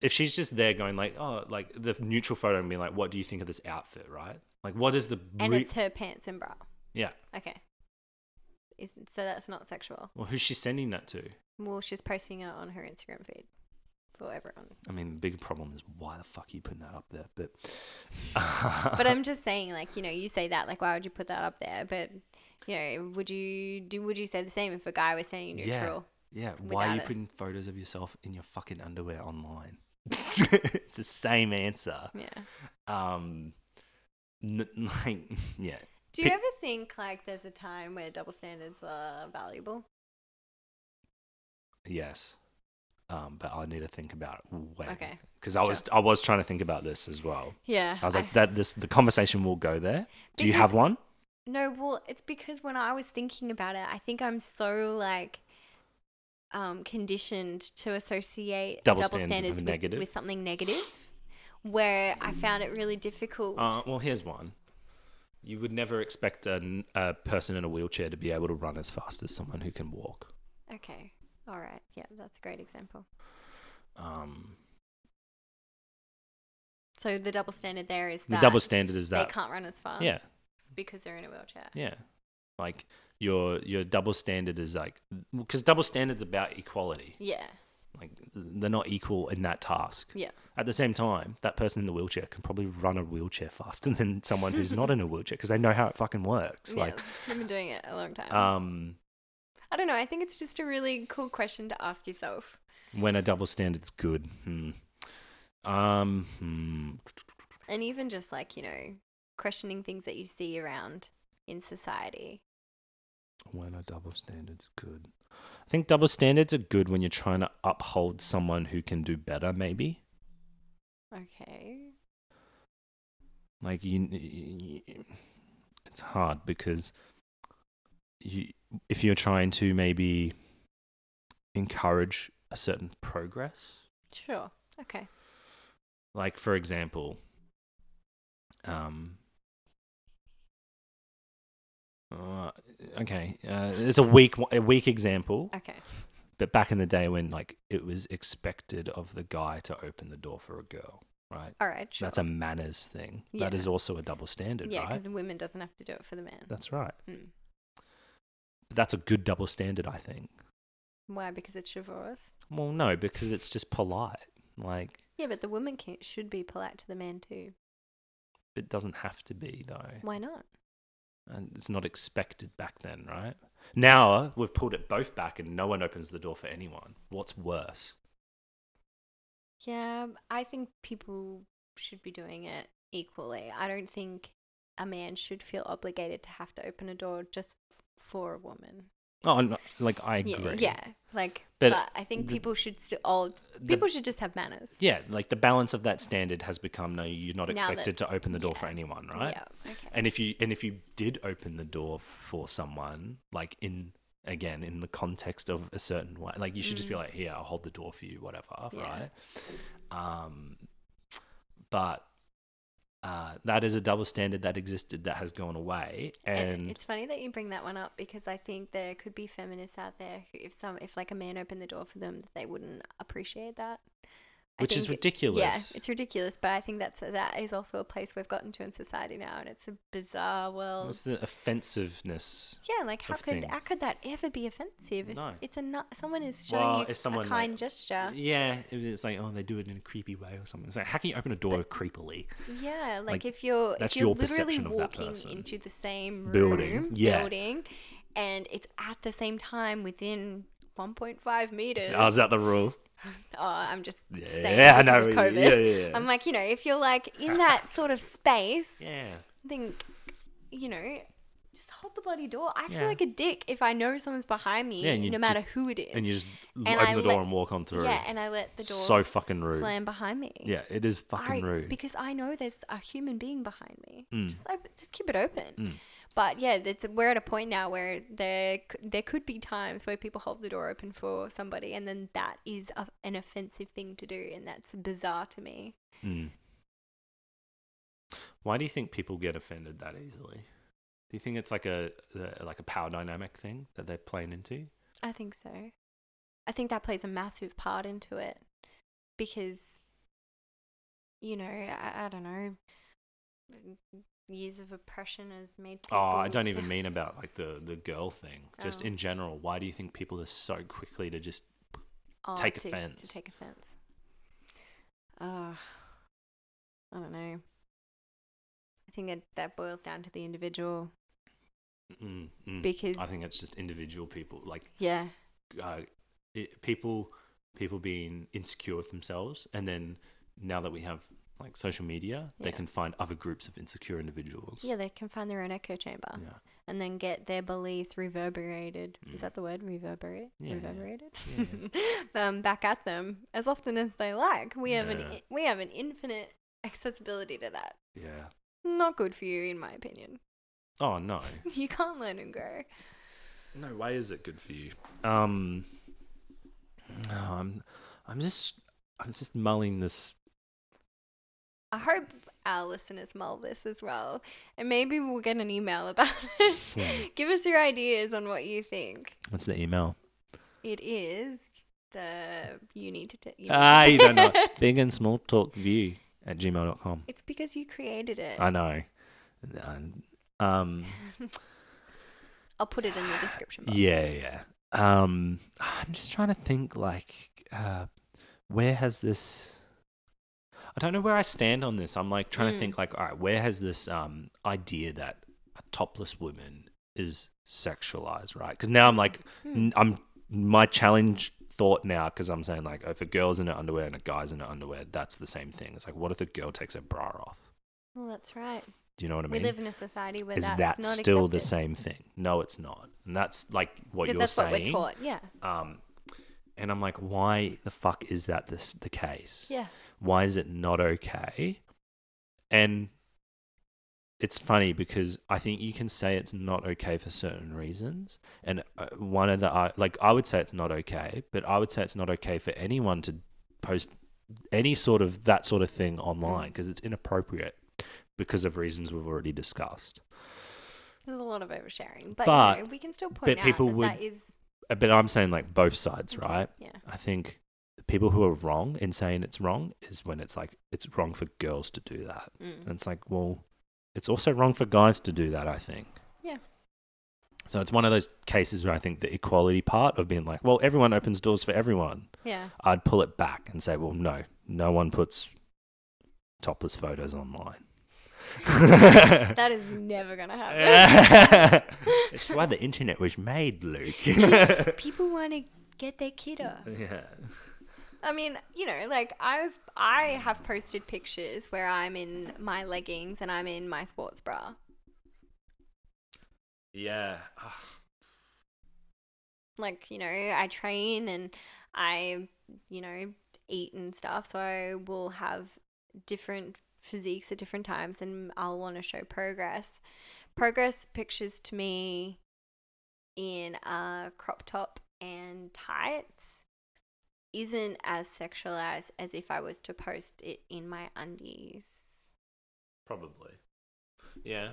[SPEAKER 2] if she's just there going like oh like the neutral photo and being like what do you think of this outfit right like what is the
[SPEAKER 1] And
[SPEAKER 2] re-
[SPEAKER 1] it's her pants and bra.
[SPEAKER 2] yeah
[SPEAKER 1] Okay. Is, so that's not sexual.
[SPEAKER 2] well who's she sending that to
[SPEAKER 1] Well, she's posting it on her Instagram feed for everyone.
[SPEAKER 2] i mean the bigger problem is why the fuck are you putting that up there but Uh-huh.
[SPEAKER 1] But I'm just saying, like, you know, you say that, like, why would you put that up there? But, you know, would you do? Would you say the same if a guy was standing
[SPEAKER 2] Yeah.
[SPEAKER 1] neutral?
[SPEAKER 2] yeah why are
[SPEAKER 1] without
[SPEAKER 2] you
[SPEAKER 1] it.
[SPEAKER 2] putting photos of yourself in your fucking underwear online it's the same answer
[SPEAKER 1] Yeah.
[SPEAKER 2] um n- like yeah
[SPEAKER 1] Do you
[SPEAKER 2] Pic-
[SPEAKER 1] ever think like there's a time where double standards are valuable?
[SPEAKER 2] Yes. Um, but I need to think about when.
[SPEAKER 1] Okay,
[SPEAKER 2] Because I was I was trying to think about this as well.
[SPEAKER 1] Yeah.
[SPEAKER 2] I was like, that this the conversation will go there. Do you
[SPEAKER 1] Because-
[SPEAKER 2] have one?
[SPEAKER 1] No, well, it's because when I was thinking about it, I think I'm so like um, conditioned to associate
[SPEAKER 2] Double
[SPEAKER 1] double
[SPEAKER 2] standards with
[SPEAKER 1] standards with,
[SPEAKER 2] negative.
[SPEAKER 1] with something negative, where I found it really difficult.
[SPEAKER 2] Uh, well, here's one. You would never expect an, a person in a wheelchair to be able to run as fast as someone who can walk.
[SPEAKER 1] okay, all right, yeah, that's a great example.
[SPEAKER 2] Um,
[SPEAKER 1] So the double standard there is
[SPEAKER 2] the
[SPEAKER 1] that
[SPEAKER 2] double standard is
[SPEAKER 1] they
[SPEAKER 2] that.
[SPEAKER 1] can't run as fast
[SPEAKER 2] Yeah,
[SPEAKER 1] because they're in a wheelchair.
[SPEAKER 2] yeah. Like your your double standard is like because double standards about equality.
[SPEAKER 1] Yeah,
[SPEAKER 2] Like they're not equal in that task.
[SPEAKER 1] yeah,
[SPEAKER 2] At the same time, that person in the wheelchair can probably run a wheelchair faster than someone who's not in a wheelchair because they know how it fucking works.
[SPEAKER 1] yeah.
[SPEAKER 2] Like,
[SPEAKER 1] I've been doing it a long time.
[SPEAKER 2] um,
[SPEAKER 1] I don't know. I think it's just a really cool question to ask yourself.
[SPEAKER 2] when a double standard's good. Hmm. Um, hmm.
[SPEAKER 1] And even just like, you know, questioning things that you see around in society.
[SPEAKER 2] When are double standards good? I think double standards are good when you're trying to uphold someone who can do better, maybe.
[SPEAKER 1] Okay.
[SPEAKER 2] Like, you, you- it's hard because you, if you're trying to maybe encourage a certain progress,
[SPEAKER 1] Sure. Okay.
[SPEAKER 2] like, for example, um, uh, okay, uh, it's a weak, one- a weak example.
[SPEAKER 1] Okay.
[SPEAKER 2] but back in the day when like it was expected of the guy to open the door for a girl right
[SPEAKER 1] All right. Sure.
[SPEAKER 2] that's a manners thing that
[SPEAKER 1] Yeah.
[SPEAKER 2] is also a double standard
[SPEAKER 1] yeah,
[SPEAKER 2] right
[SPEAKER 1] because women doesn't have to do it for the man.
[SPEAKER 2] that's right
[SPEAKER 1] Mm.
[SPEAKER 2] but that's a good double standard i think
[SPEAKER 1] Why? Because it's chivalrous.
[SPEAKER 2] well no because it's just polite like
[SPEAKER 1] Yeah, but the woman can- should be polite to the man too.
[SPEAKER 2] it doesn't have to be though
[SPEAKER 1] Why not?
[SPEAKER 2] and it's not expected back then right now we've pulled it both back and no one opens the door for anyone what's worse
[SPEAKER 1] Yeah, I think people should be doing it equally. I don't think a man should feel obligated to have to open a door just for a woman.
[SPEAKER 2] oh no, like i
[SPEAKER 1] Yeah,
[SPEAKER 2] agree
[SPEAKER 1] yeah. Like,
[SPEAKER 2] But
[SPEAKER 1] but, I think
[SPEAKER 2] the-
[SPEAKER 1] people should still old.
[SPEAKER 2] the-
[SPEAKER 1] People should just have manners.
[SPEAKER 2] yeah like the balance of that standard has become no you're not
[SPEAKER 1] Now
[SPEAKER 2] expected to
[SPEAKER 1] that's-
[SPEAKER 2] open the door for
[SPEAKER 1] yeah.
[SPEAKER 2] anyone right
[SPEAKER 1] Yeah. Okay.
[SPEAKER 2] and if you and if you did open the door for someone like in again in the context of a certain way like you should just be
[SPEAKER 1] Mm.
[SPEAKER 2] like here i'll hold the door for you whatever
[SPEAKER 1] Yeah.
[SPEAKER 2] right um but uh, that is a double standard that existed that has gone away
[SPEAKER 1] And
[SPEAKER 2] and
[SPEAKER 1] it's funny that you bring that one up because I think there could be feminists out there who, if some, if like a man opened the door for them, they wouldn't appreciate that. I
[SPEAKER 2] which is
[SPEAKER 1] think-
[SPEAKER 2] ridiculous
[SPEAKER 1] Yeah, it's ridiculous, but I think that's that is also a place we've gotten to in society now, and it's a bizarre world.
[SPEAKER 2] what's the offensiveness
[SPEAKER 1] yeah, like how
[SPEAKER 2] of
[SPEAKER 1] could how
[SPEAKER 2] things?
[SPEAKER 1] could that ever be offensive? If
[SPEAKER 2] No.
[SPEAKER 1] It's a nu- someone is showing
[SPEAKER 2] Well,
[SPEAKER 1] you
[SPEAKER 2] if someone,
[SPEAKER 1] a kind
[SPEAKER 2] like-
[SPEAKER 1] gesture.
[SPEAKER 2] yeah it- it's like oh they do it in a creepy way or something it's like how can you open a door creepily
[SPEAKER 1] Yeah, like,
[SPEAKER 2] Like,
[SPEAKER 1] if you're
[SPEAKER 2] that's
[SPEAKER 1] if you're
[SPEAKER 2] your
[SPEAKER 1] literally
[SPEAKER 2] perception of that
[SPEAKER 1] walking
[SPEAKER 2] person.
[SPEAKER 1] into the same
[SPEAKER 2] Building,
[SPEAKER 1] room,
[SPEAKER 2] yeah.
[SPEAKER 1] building, and it's at the same time within 1.5 meters.
[SPEAKER 2] oh is that the rule
[SPEAKER 1] oh, I'm just saying
[SPEAKER 2] yeah
[SPEAKER 1] because
[SPEAKER 2] i know
[SPEAKER 1] of
[SPEAKER 2] yeah
[SPEAKER 1] COVID.
[SPEAKER 2] yeah, yeah.
[SPEAKER 1] I'm like, you know, if you're like in that sort of space,
[SPEAKER 2] yeah
[SPEAKER 1] I think, you know, just hold the bloody door. I feel
[SPEAKER 2] Yeah.
[SPEAKER 1] like a dick if I know someone's behind me,
[SPEAKER 2] Yeah, and you
[SPEAKER 1] no
[SPEAKER 2] just-
[SPEAKER 1] matter who it is.
[SPEAKER 2] and you just
[SPEAKER 1] And
[SPEAKER 2] open
[SPEAKER 1] I
[SPEAKER 2] the door
[SPEAKER 1] let-
[SPEAKER 2] and walk on through.
[SPEAKER 1] yeah, and I let the door
[SPEAKER 2] So fucking rude.
[SPEAKER 1] slam behind me.
[SPEAKER 2] Yeah, it is
[SPEAKER 1] I,
[SPEAKER 2] fucking rude.
[SPEAKER 1] because I know there's a human being behind me.
[SPEAKER 2] Mm.
[SPEAKER 1] Just open, just keep it open.
[SPEAKER 2] Mm.
[SPEAKER 1] But yeah, it's, we're at a point now where there c- there could be times where people hold the door open for somebody, and then that is a, an offensive thing to do, and that's bizarre to me.
[SPEAKER 2] Mm. Why do you think people get offended that easily? Do you think it's like a the- like a power dynamic thing that they're playing into?
[SPEAKER 1] I think so. I think that plays a massive part into it because, you know, I, I don't know, years of oppression has made people.
[SPEAKER 2] Oh, I don't even mean about like the the girl thing. Just
[SPEAKER 1] Oh.
[SPEAKER 2] in general, why do you think people are so quickly to just
[SPEAKER 1] Oh,
[SPEAKER 2] take
[SPEAKER 1] to, To
[SPEAKER 2] offense.
[SPEAKER 1] take offense. Oh, I don't know. I think that, that boils down to the individual
[SPEAKER 2] mm, mm.
[SPEAKER 1] because,
[SPEAKER 2] I think it's just individual people like
[SPEAKER 1] yeah,
[SPEAKER 2] uh, it, people people being insecure with themselves, and then now that we have like social media, they
[SPEAKER 1] Yeah.
[SPEAKER 2] can find other groups of insecure individuals.
[SPEAKER 1] yeah, they can find their own echo chamber
[SPEAKER 2] Yeah.
[SPEAKER 1] and then get their beliefs reverberated.
[SPEAKER 2] Mm.
[SPEAKER 1] Is that the word? Reverberate?
[SPEAKER 2] Yeah, yeah.
[SPEAKER 1] Reverberated?
[SPEAKER 2] Yeah.
[SPEAKER 1] um, back at them as often as they like. We have an
[SPEAKER 2] Yeah.
[SPEAKER 1] an we have an infinite accessibility to that.
[SPEAKER 2] yeah.
[SPEAKER 1] Not good for you, in my opinion.
[SPEAKER 2] Oh no.
[SPEAKER 1] You can't learn and grow.
[SPEAKER 2] No, why is it good for you? Um No, I'm I'm just I'm just mulling this.
[SPEAKER 1] I hope our listeners mull this as well. And maybe we'll get an email about it.
[SPEAKER 2] Hmm.
[SPEAKER 1] Give us your ideas on what you think.
[SPEAKER 2] What's the email?
[SPEAKER 1] It is the you need to. T- you need
[SPEAKER 2] Ah,
[SPEAKER 1] to-
[SPEAKER 2] you don't know. Big and small talk view at gmail.com.
[SPEAKER 1] it's because you created it.
[SPEAKER 2] I know. And, Um,
[SPEAKER 1] I'll put it in the description box.
[SPEAKER 2] yeah, yeah. Um, I'm just trying to think like, uh, where has this? I don't know where I stand on this. I'm like trying to
[SPEAKER 1] Mm.
[SPEAKER 2] think like, all right, where has this um idea that a topless woman is sexualized, right? Because now I'm like,
[SPEAKER 1] Hmm.
[SPEAKER 2] n- I'm my challenge thought now because I'm saying like, oh, if a girl's in her underwear and a guy's in her underwear, that's the same thing. It's like, what if the girl takes her bra off?
[SPEAKER 1] Well, that's right.
[SPEAKER 2] Do you know what I
[SPEAKER 1] We
[SPEAKER 2] mean?
[SPEAKER 1] live in a society where
[SPEAKER 2] is
[SPEAKER 1] that's
[SPEAKER 2] that
[SPEAKER 1] not
[SPEAKER 2] still the
[SPEAKER 1] accepted.
[SPEAKER 2] same thing? No, it's not. And that's like what
[SPEAKER 1] Because
[SPEAKER 2] you're
[SPEAKER 1] that's
[SPEAKER 2] saying.
[SPEAKER 1] what we're taught. Yeah.
[SPEAKER 2] Um, and I'm like, why the fuck is that this the case?
[SPEAKER 1] Yeah.
[SPEAKER 2] Why is it not okay? And it's funny because I think you can say it's not okay for certain reasons. And uh, one of the uh, like, I would say it's not okay, but I would say it's not okay for anyone to post any sort of that sort of thing online because it's inappropriate because of reasons we've already discussed.
[SPEAKER 1] There's a lot of oversharing. But, you
[SPEAKER 2] But-
[SPEAKER 1] know, we can still point out
[SPEAKER 2] people
[SPEAKER 1] that
[SPEAKER 2] would-
[SPEAKER 1] that is.
[SPEAKER 2] Uh, But I'm saying like both sides, right?
[SPEAKER 1] Yeah.
[SPEAKER 2] I think the people who are wrong in saying it's wrong is when it's like it's wrong for girls to do that.
[SPEAKER 1] Mm.
[SPEAKER 2] And it's like, well, it's also wrong for guys to do that, I think.
[SPEAKER 1] Yeah.
[SPEAKER 2] So it's one of those cases where I think the equality part of being like, well, everyone opens doors for everyone.
[SPEAKER 1] Yeah.
[SPEAKER 2] I'd pull it back and say, well, no, no one puts topless photos online.
[SPEAKER 1] That is never going to happen.
[SPEAKER 2] it's why the internet was made, Luke. yeah.
[SPEAKER 1] People want to get their kid off. I mean, you know, like I've I have posted pictures where I'm in my leggings and I'm in my sports bra.
[SPEAKER 2] Yeah. Ah,
[SPEAKER 1] Like, you know, I train and I, you know, eat and stuff, so I will have different physiques at different times and I'll want to show progress. Progress pictures to me in a crop top and tights isn't as sexualized as if I was to post it in my undies.
[SPEAKER 2] Probably. Yeah.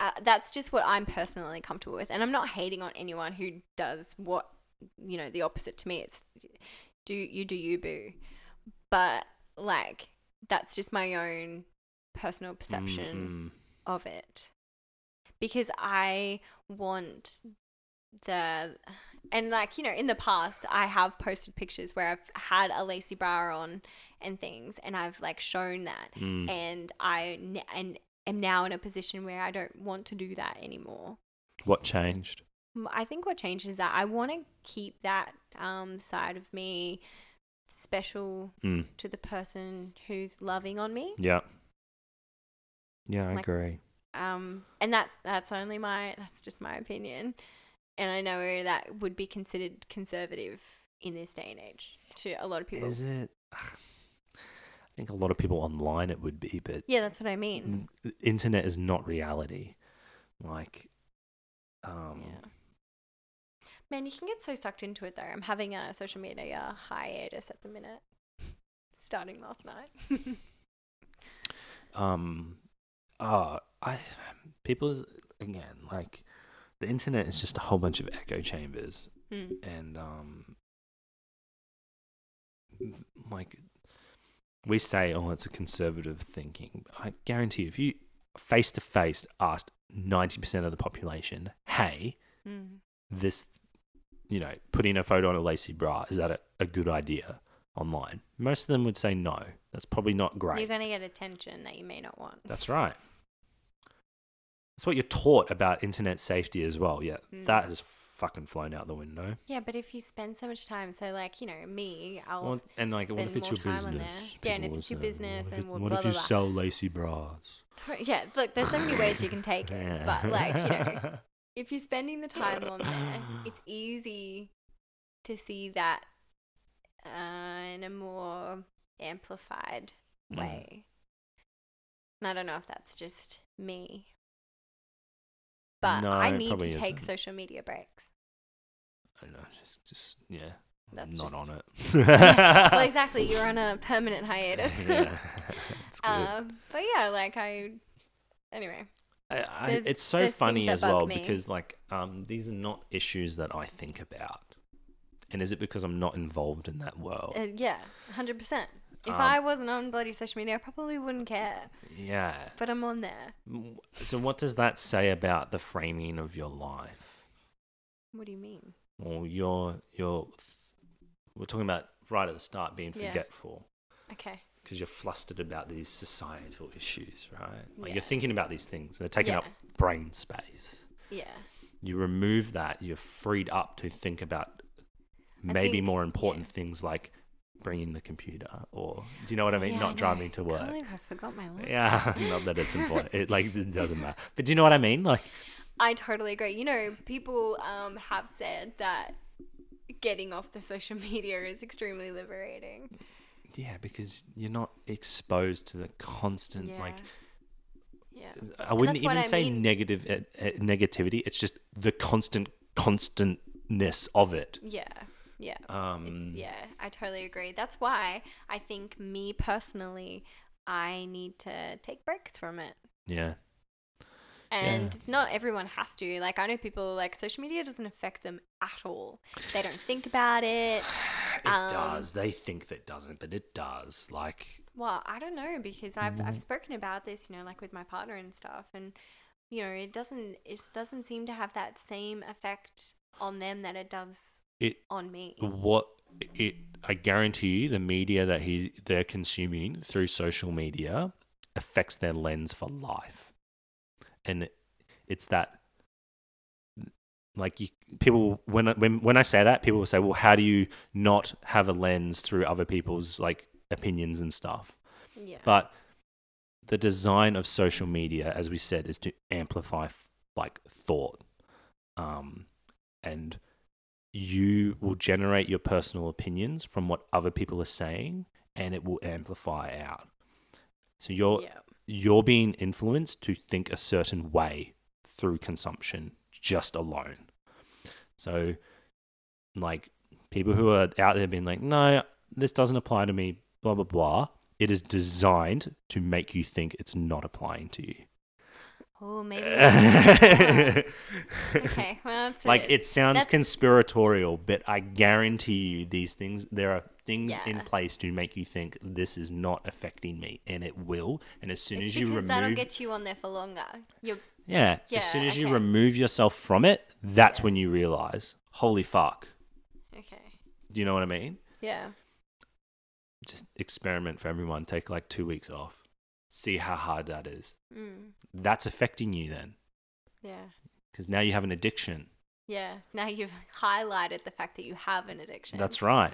[SPEAKER 2] Mm,
[SPEAKER 1] uh, that's just what I'm personally comfortable with, and I'm not hating on anyone who does what you know the opposite to me. It's do you do you boo, but like that's just my own personal perception
[SPEAKER 2] Mm, mm.
[SPEAKER 1] of it because I want the and like you know in the past I have posted pictures where I've had a lacy bra on and things, and I've like shown that,
[SPEAKER 2] Mm.
[SPEAKER 1] and I n- and am now in a position where I don't want to do that anymore.
[SPEAKER 2] What changed?
[SPEAKER 1] M- I think what changed is that I want to keep that um, side of me special
[SPEAKER 2] Mm.
[SPEAKER 1] to the person who's loving on me,
[SPEAKER 2] Yeah. Yeah, I
[SPEAKER 1] Like-
[SPEAKER 2] agree.
[SPEAKER 1] um, and that's that's only my that's just my opinion, and I know that would be considered conservative in this day and age to a lot of people.
[SPEAKER 2] Is it? Ugh. I think a lot of people online it would be, but
[SPEAKER 1] yeah, that's what I mean.
[SPEAKER 2] n- the internet is not reality. Like, um,
[SPEAKER 1] Yeah. Man, you can get so sucked into it though. I'm having a social media hiatus at the minute, starting last night. Hmm,
[SPEAKER 2] um, uh, I people's again like the internet is just a whole bunch of echo chambers,
[SPEAKER 1] Mm.
[SPEAKER 2] and um, like we say, oh, it's a conservative thinking. I guarantee, if you face to face asked ninety percent of the population, hey,
[SPEAKER 1] Mm.
[SPEAKER 2] this, you know, putting a photo on a lacy bra, is that a, a good idea online? Most of them would say no. That's probably not great.
[SPEAKER 1] You're going to get attention that you may not want.
[SPEAKER 2] That's right. That's what you're taught about internet safety as well. Yeah,
[SPEAKER 1] Mm.
[SPEAKER 2] that has fucking flown out the window.
[SPEAKER 1] yeah, but if you spend so much time, so like, you know, me, I'll.
[SPEAKER 2] Well, and like, what
[SPEAKER 1] spend
[SPEAKER 2] if it's
[SPEAKER 1] more
[SPEAKER 2] your
[SPEAKER 1] time on
[SPEAKER 2] business?
[SPEAKER 1] there. Yeah, and
[SPEAKER 2] People
[SPEAKER 1] if
[SPEAKER 2] will
[SPEAKER 1] it's your
[SPEAKER 2] say,
[SPEAKER 1] business
[SPEAKER 2] what if,
[SPEAKER 1] and
[SPEAKER 2] it-
[SPEAKER 1] blah,
[SPEAKER 2] what if
[SPEAKER 1] blah,
[SPEAKER 2] you
[SPEAKER 1] blah.
[SPEAKER 2] sell lacy bras?
[SPEAKER 1] yeah, look, there's so many ways you can take it. But like, you know, if you're spending the time on there, it's easy to see that uh, in a more amplified
[SPEAKER 2] Mm.
[SPEAKER 1] way. And I don't know if that's just me. But
[SPEAKER 2] No,
[SPEAKER 1] I
[SPEAKER 2] it
[SPEAKER 1] need to
[SPEAKER 2] probably
[SPEAKER 1] take
[SPEAKER 2] isn't.
[SPEAKER 1] social media breaks.
[SPEAKER 2] I don't know, just, just yeah.
[SPEAKER 1] That's
[SPEAKER 2] not
[SPEAKER 1] just-
[SPEAKER 2] on it.
[SPEAKER 1] well, exactly. You're on a permanent hiatus.
[SPEAKER 2] yeah. It's good.
[SPEAKER 1] um, but yeah, like I. Anyway,
[SPEAKER 2] I, I,
[SPEAKER 1] There's-
[SPEAKER 2] it's so
[SPEAKER 1] there's things
[SPEAKER 2] funny
[SPEAKER 1] that
[SPEAKER 2] as
[SPEAKER 1] bug
[SPEAKER 2] well
[SPEAKER 1] me.
[SPEAKER 2] because like um, these are not issues that I think about, and is it because I'm not involved in that world?
[SPEAKER 1] uh, yeah, hundred percent. If
[SPEAKER 2] Oh. Um,
[SPEAKER 1] I wasn't on bloody social media, I probably wouldn't care.
[SPEAKER 2] yeah.
[SPEAKER 1] But I'm on there.
[SPEAKER 2] M- So what does that say about the framing of your life?
[SPEAKER 1] What do you mean?
[SPEAKER 2] Well, you're you're we're talking about right at the start being
[SPEAKER 1] Yeah.
[SPEAKER 2] forgetful
[SPEAKER 1] Okay.
[SPEAKER 2] because you're flustered about these societal issues, right? Like
[SPEAKER 1] Yeah.
[SPEAKER 2] you're thinking about these things, they're taking up
[SPEAKER 1] Yeah.
[SPEAKER 2] brain space.
[SPEAKER 1] Yeah.
[SPEAKER 2] you remove that, you're freed up to think about maybe
[SPEAKER 1] think-
[SPEAKER 2] more important
[SPEAKER 1] yeah.
[SPEAKER 2] things like bringing the computer or do you know what I mean?
[SPEAKER 1] Yeah,
[SPEAKER 2] Not
[SPEAKER 1] no,
[SPEAKER 2] driving to
[SPEAKER 1] I
[SPEAKER 2] work.
[SPEAKER 1] can't believe I forgot my life.
[SPEAKER 2] yeah, not that it's important. It like it doesn't matter. But do you know what I mean? Like
[SPEAKER 1] I totally agree. You know, people um, have said that getting off the social media is extremely liberating.
[SPEAKER 2] yeah, because you're not exposed to the constant
[SPEAKER 1] Yeah.
[SPEAKER 2] like
[SPEAKER 1] Yeah.
[SPEAKER 2] I wouldn't
[SPEAKER 1] that's what
[SPEAKER 2] even
[SPEAKER 1] I
[SPEAKER 2] say
[SPEAKER 1] mean.
[SPEAKER 2] negative eh, eh, negativity. It's just the constant constantness of it.
[SPEAKER 1] Yeah. Yeah.
[SPEAKER 2] Um
[SPEAKER 1] It's, yeah, I totally agree. That's why I think me personally, I need to take breaks from it.
[SPEAKER 2] yeah.
[SPEAKER 1] And not everyone has to. Like I know people like social media doesn't affect them at all. They don't think about it.
[SPEAKER 2] It
[SPEAKER 1] Um,
[SPEAKER 2] does. They think that doesn't, but it does. Like
[SPEAKER 1] Well, I don't know because I've
[SPEAKER 2] Mm.
[SPEAKER 1] I've spoken about this, you know, like with my partner and stuff, and you know, it doesn't it doesn't seem to have that same effect on them that it does
[SPEAKER 2] it
[SPEAKER 1] on me.
[SPEAKER 2] what it I guarantee you the media that he they're consuming through social media affects their lens for life. And it's that like you, people when I- when when I say that people will say well how do you not have a lens through other people's like opinions and stuff.
[SPEAKER 1] Yeah.
[SPEAKER 2] But the design of social media, as we said, is to amplify f- like thought, um, and you will generate your personal opinions from what other people are saying, and it will amplify out. So you're
[SPEAKER 1] yeah.
[SPEAKER 2] you're being influenced to think a certain way through consumption just alone. So, like, people who are out there being like, no, this doesn't apply to me, blah, blah, blah, it is designed to make you think it's not applying to you.
[SPEAKER 1] Oh, maybe. Yeah. okay. Well, that's
[SPEAKER 2] like,
[SPEAKER 1] it.
[SPEAKER 2] it sounds
[SPEAKER 1] That's-
[SPEAKER 2] conspiratorial, but I guarantee you these things, there are things in
[SPEAKER 1] Yeah.
[SPEAKER 2] place to make you think this is not affecting me, and it will. And as soon
[SPEAKER 1] It's
[SPEAKER 2] as you
[SPEAKER 1] because
[SPEAKER 2] remove
[SPEAKER 1] that'll get you on there for longer. You're
[SPEAKER 2] Yeah.
[SPEAKER 1] Yeah,
[SPEAKER 2] as soon as you
[SPEAKER 1] okay.
[SPEAKER 2] remove yourself from it, that's when you realize, holy fuck.
[SPEAKER 1] okay.
[SPEAKER 2] Do you know what I mean?
[SPEAKER 1] Yeah.
[SPEAKER 2] Just experiment for everyone. Take like two weeks off. See how hard that is.
[SPEAKER 1] Mm.
[SPEAKER 2] That's affecting you then
[SPEAKER 1] Yeah.
[SPEAKER 2] because now you have an addiction.
[SPEAKER 1] Yeah. Now you've highlighted the fact that you have an addiction.
[SPEAKER 2] That's right.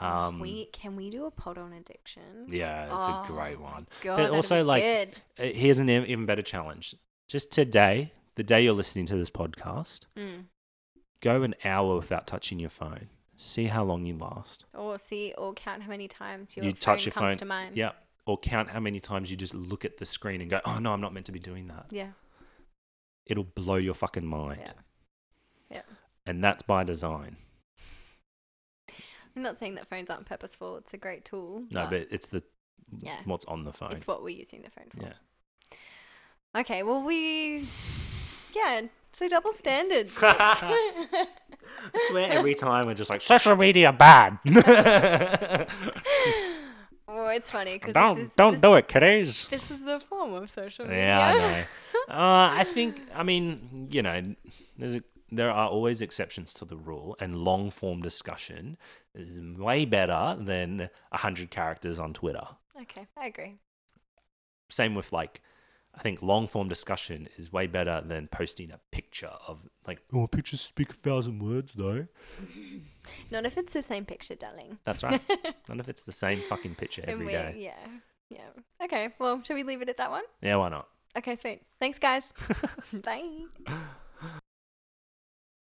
[SPEAKER 1] Oh,
[SPEAKER 2] Um,
[SPEAKER 1] we can we do a pod on addiction?
[SPEAKER 2] yeah, it's
[SPEAKER 1] Oh
[SPEAKER 2] a great
[SPEAKER 1] my
[SPEAKER 2] one.
[SPEAKER 1] God,
[SPEAKER 2] but
[SPEAKER 1] that'd
[SPEAKER 2] also,
[SPEAKER 1] be
[SPEAKER 2] like,
[SPEAKER 1] good.
[SPEAKER 2] uh, here's an e- even better challenge. Just today, the day you're listening to this podcast,
[SPEAKER 1] Mm.
[SPEAKER 2] go an hour without touching your phone. See how long you last.
[SPEAKER 1] Or see or count how many times your
[SPEAKER 2] you
[SPEAKER 1] phone
[SPEAKER 2] touch your
[SPEAKER 1] comes
[SPEAKER 2] phone.
[SPEAKER 1] to mind.
[SPEAKER 2] Yeah. Or count how many times you just look at the screen and go, oh no, I'm not meant to be doing that.
[SPEAKER 1] Yeah.
[SPEAKER 2] It'll blow your fucking mind.
[SPEAKER 1] Yeah.
[SPEAKER 2] And that's by design.
[SPEAKER 1] I'm not saying that phones aren't purposeful. It's a great tool.
[SPEAKER 2] No, but it's the
[SPEAKER 1] Yeah.
[SPEAKER 2] what's on the phone.
[SPEAKER 1] it's what we're using the phone for.
[SPEAKER 2] yeah.
[SPEAKER 1] Okay, well we yeah, so double standards.
[SPEAKER 2] I swear every time we're just like social media bad.
[SPEAKER 1] Oh, it's funny because
[SPEAKER 2] don't
[SPEAKER 1] this is,
[SPEAKER 2] don't do it, kiddies.
[SPEAKER 1] this is a form of social media.
[SPEAKER 2] Yeah, I know. uh, I think I mean you know there's a, there are always exceptions to the rule, and long form discussion is way better than hundred characters on Twitter.
[SPEAKER 1] Okay, I agree.
[SPEAKER 2] Same with like. I think long form discussion is way better than posting a picture of like oh pictures speak a thousand words though.
[SPEAKER 1] Not if it's the same picture, darling.
[SPEAKER 2] That's right. Not if it's the same fucking picture
[SPEAKER 1] And
[SPEAKER 2] every
[SPEAKER 1] we-
[SPEAKER 2] day.
[SPEAKER 1] Yeah. Yeah. Okay, well, should we leave it at that one?
[SPEAKER 2] Yeah, why not?
[SPEAKER 1] Okay, sweet. Thanks, guys. Bye.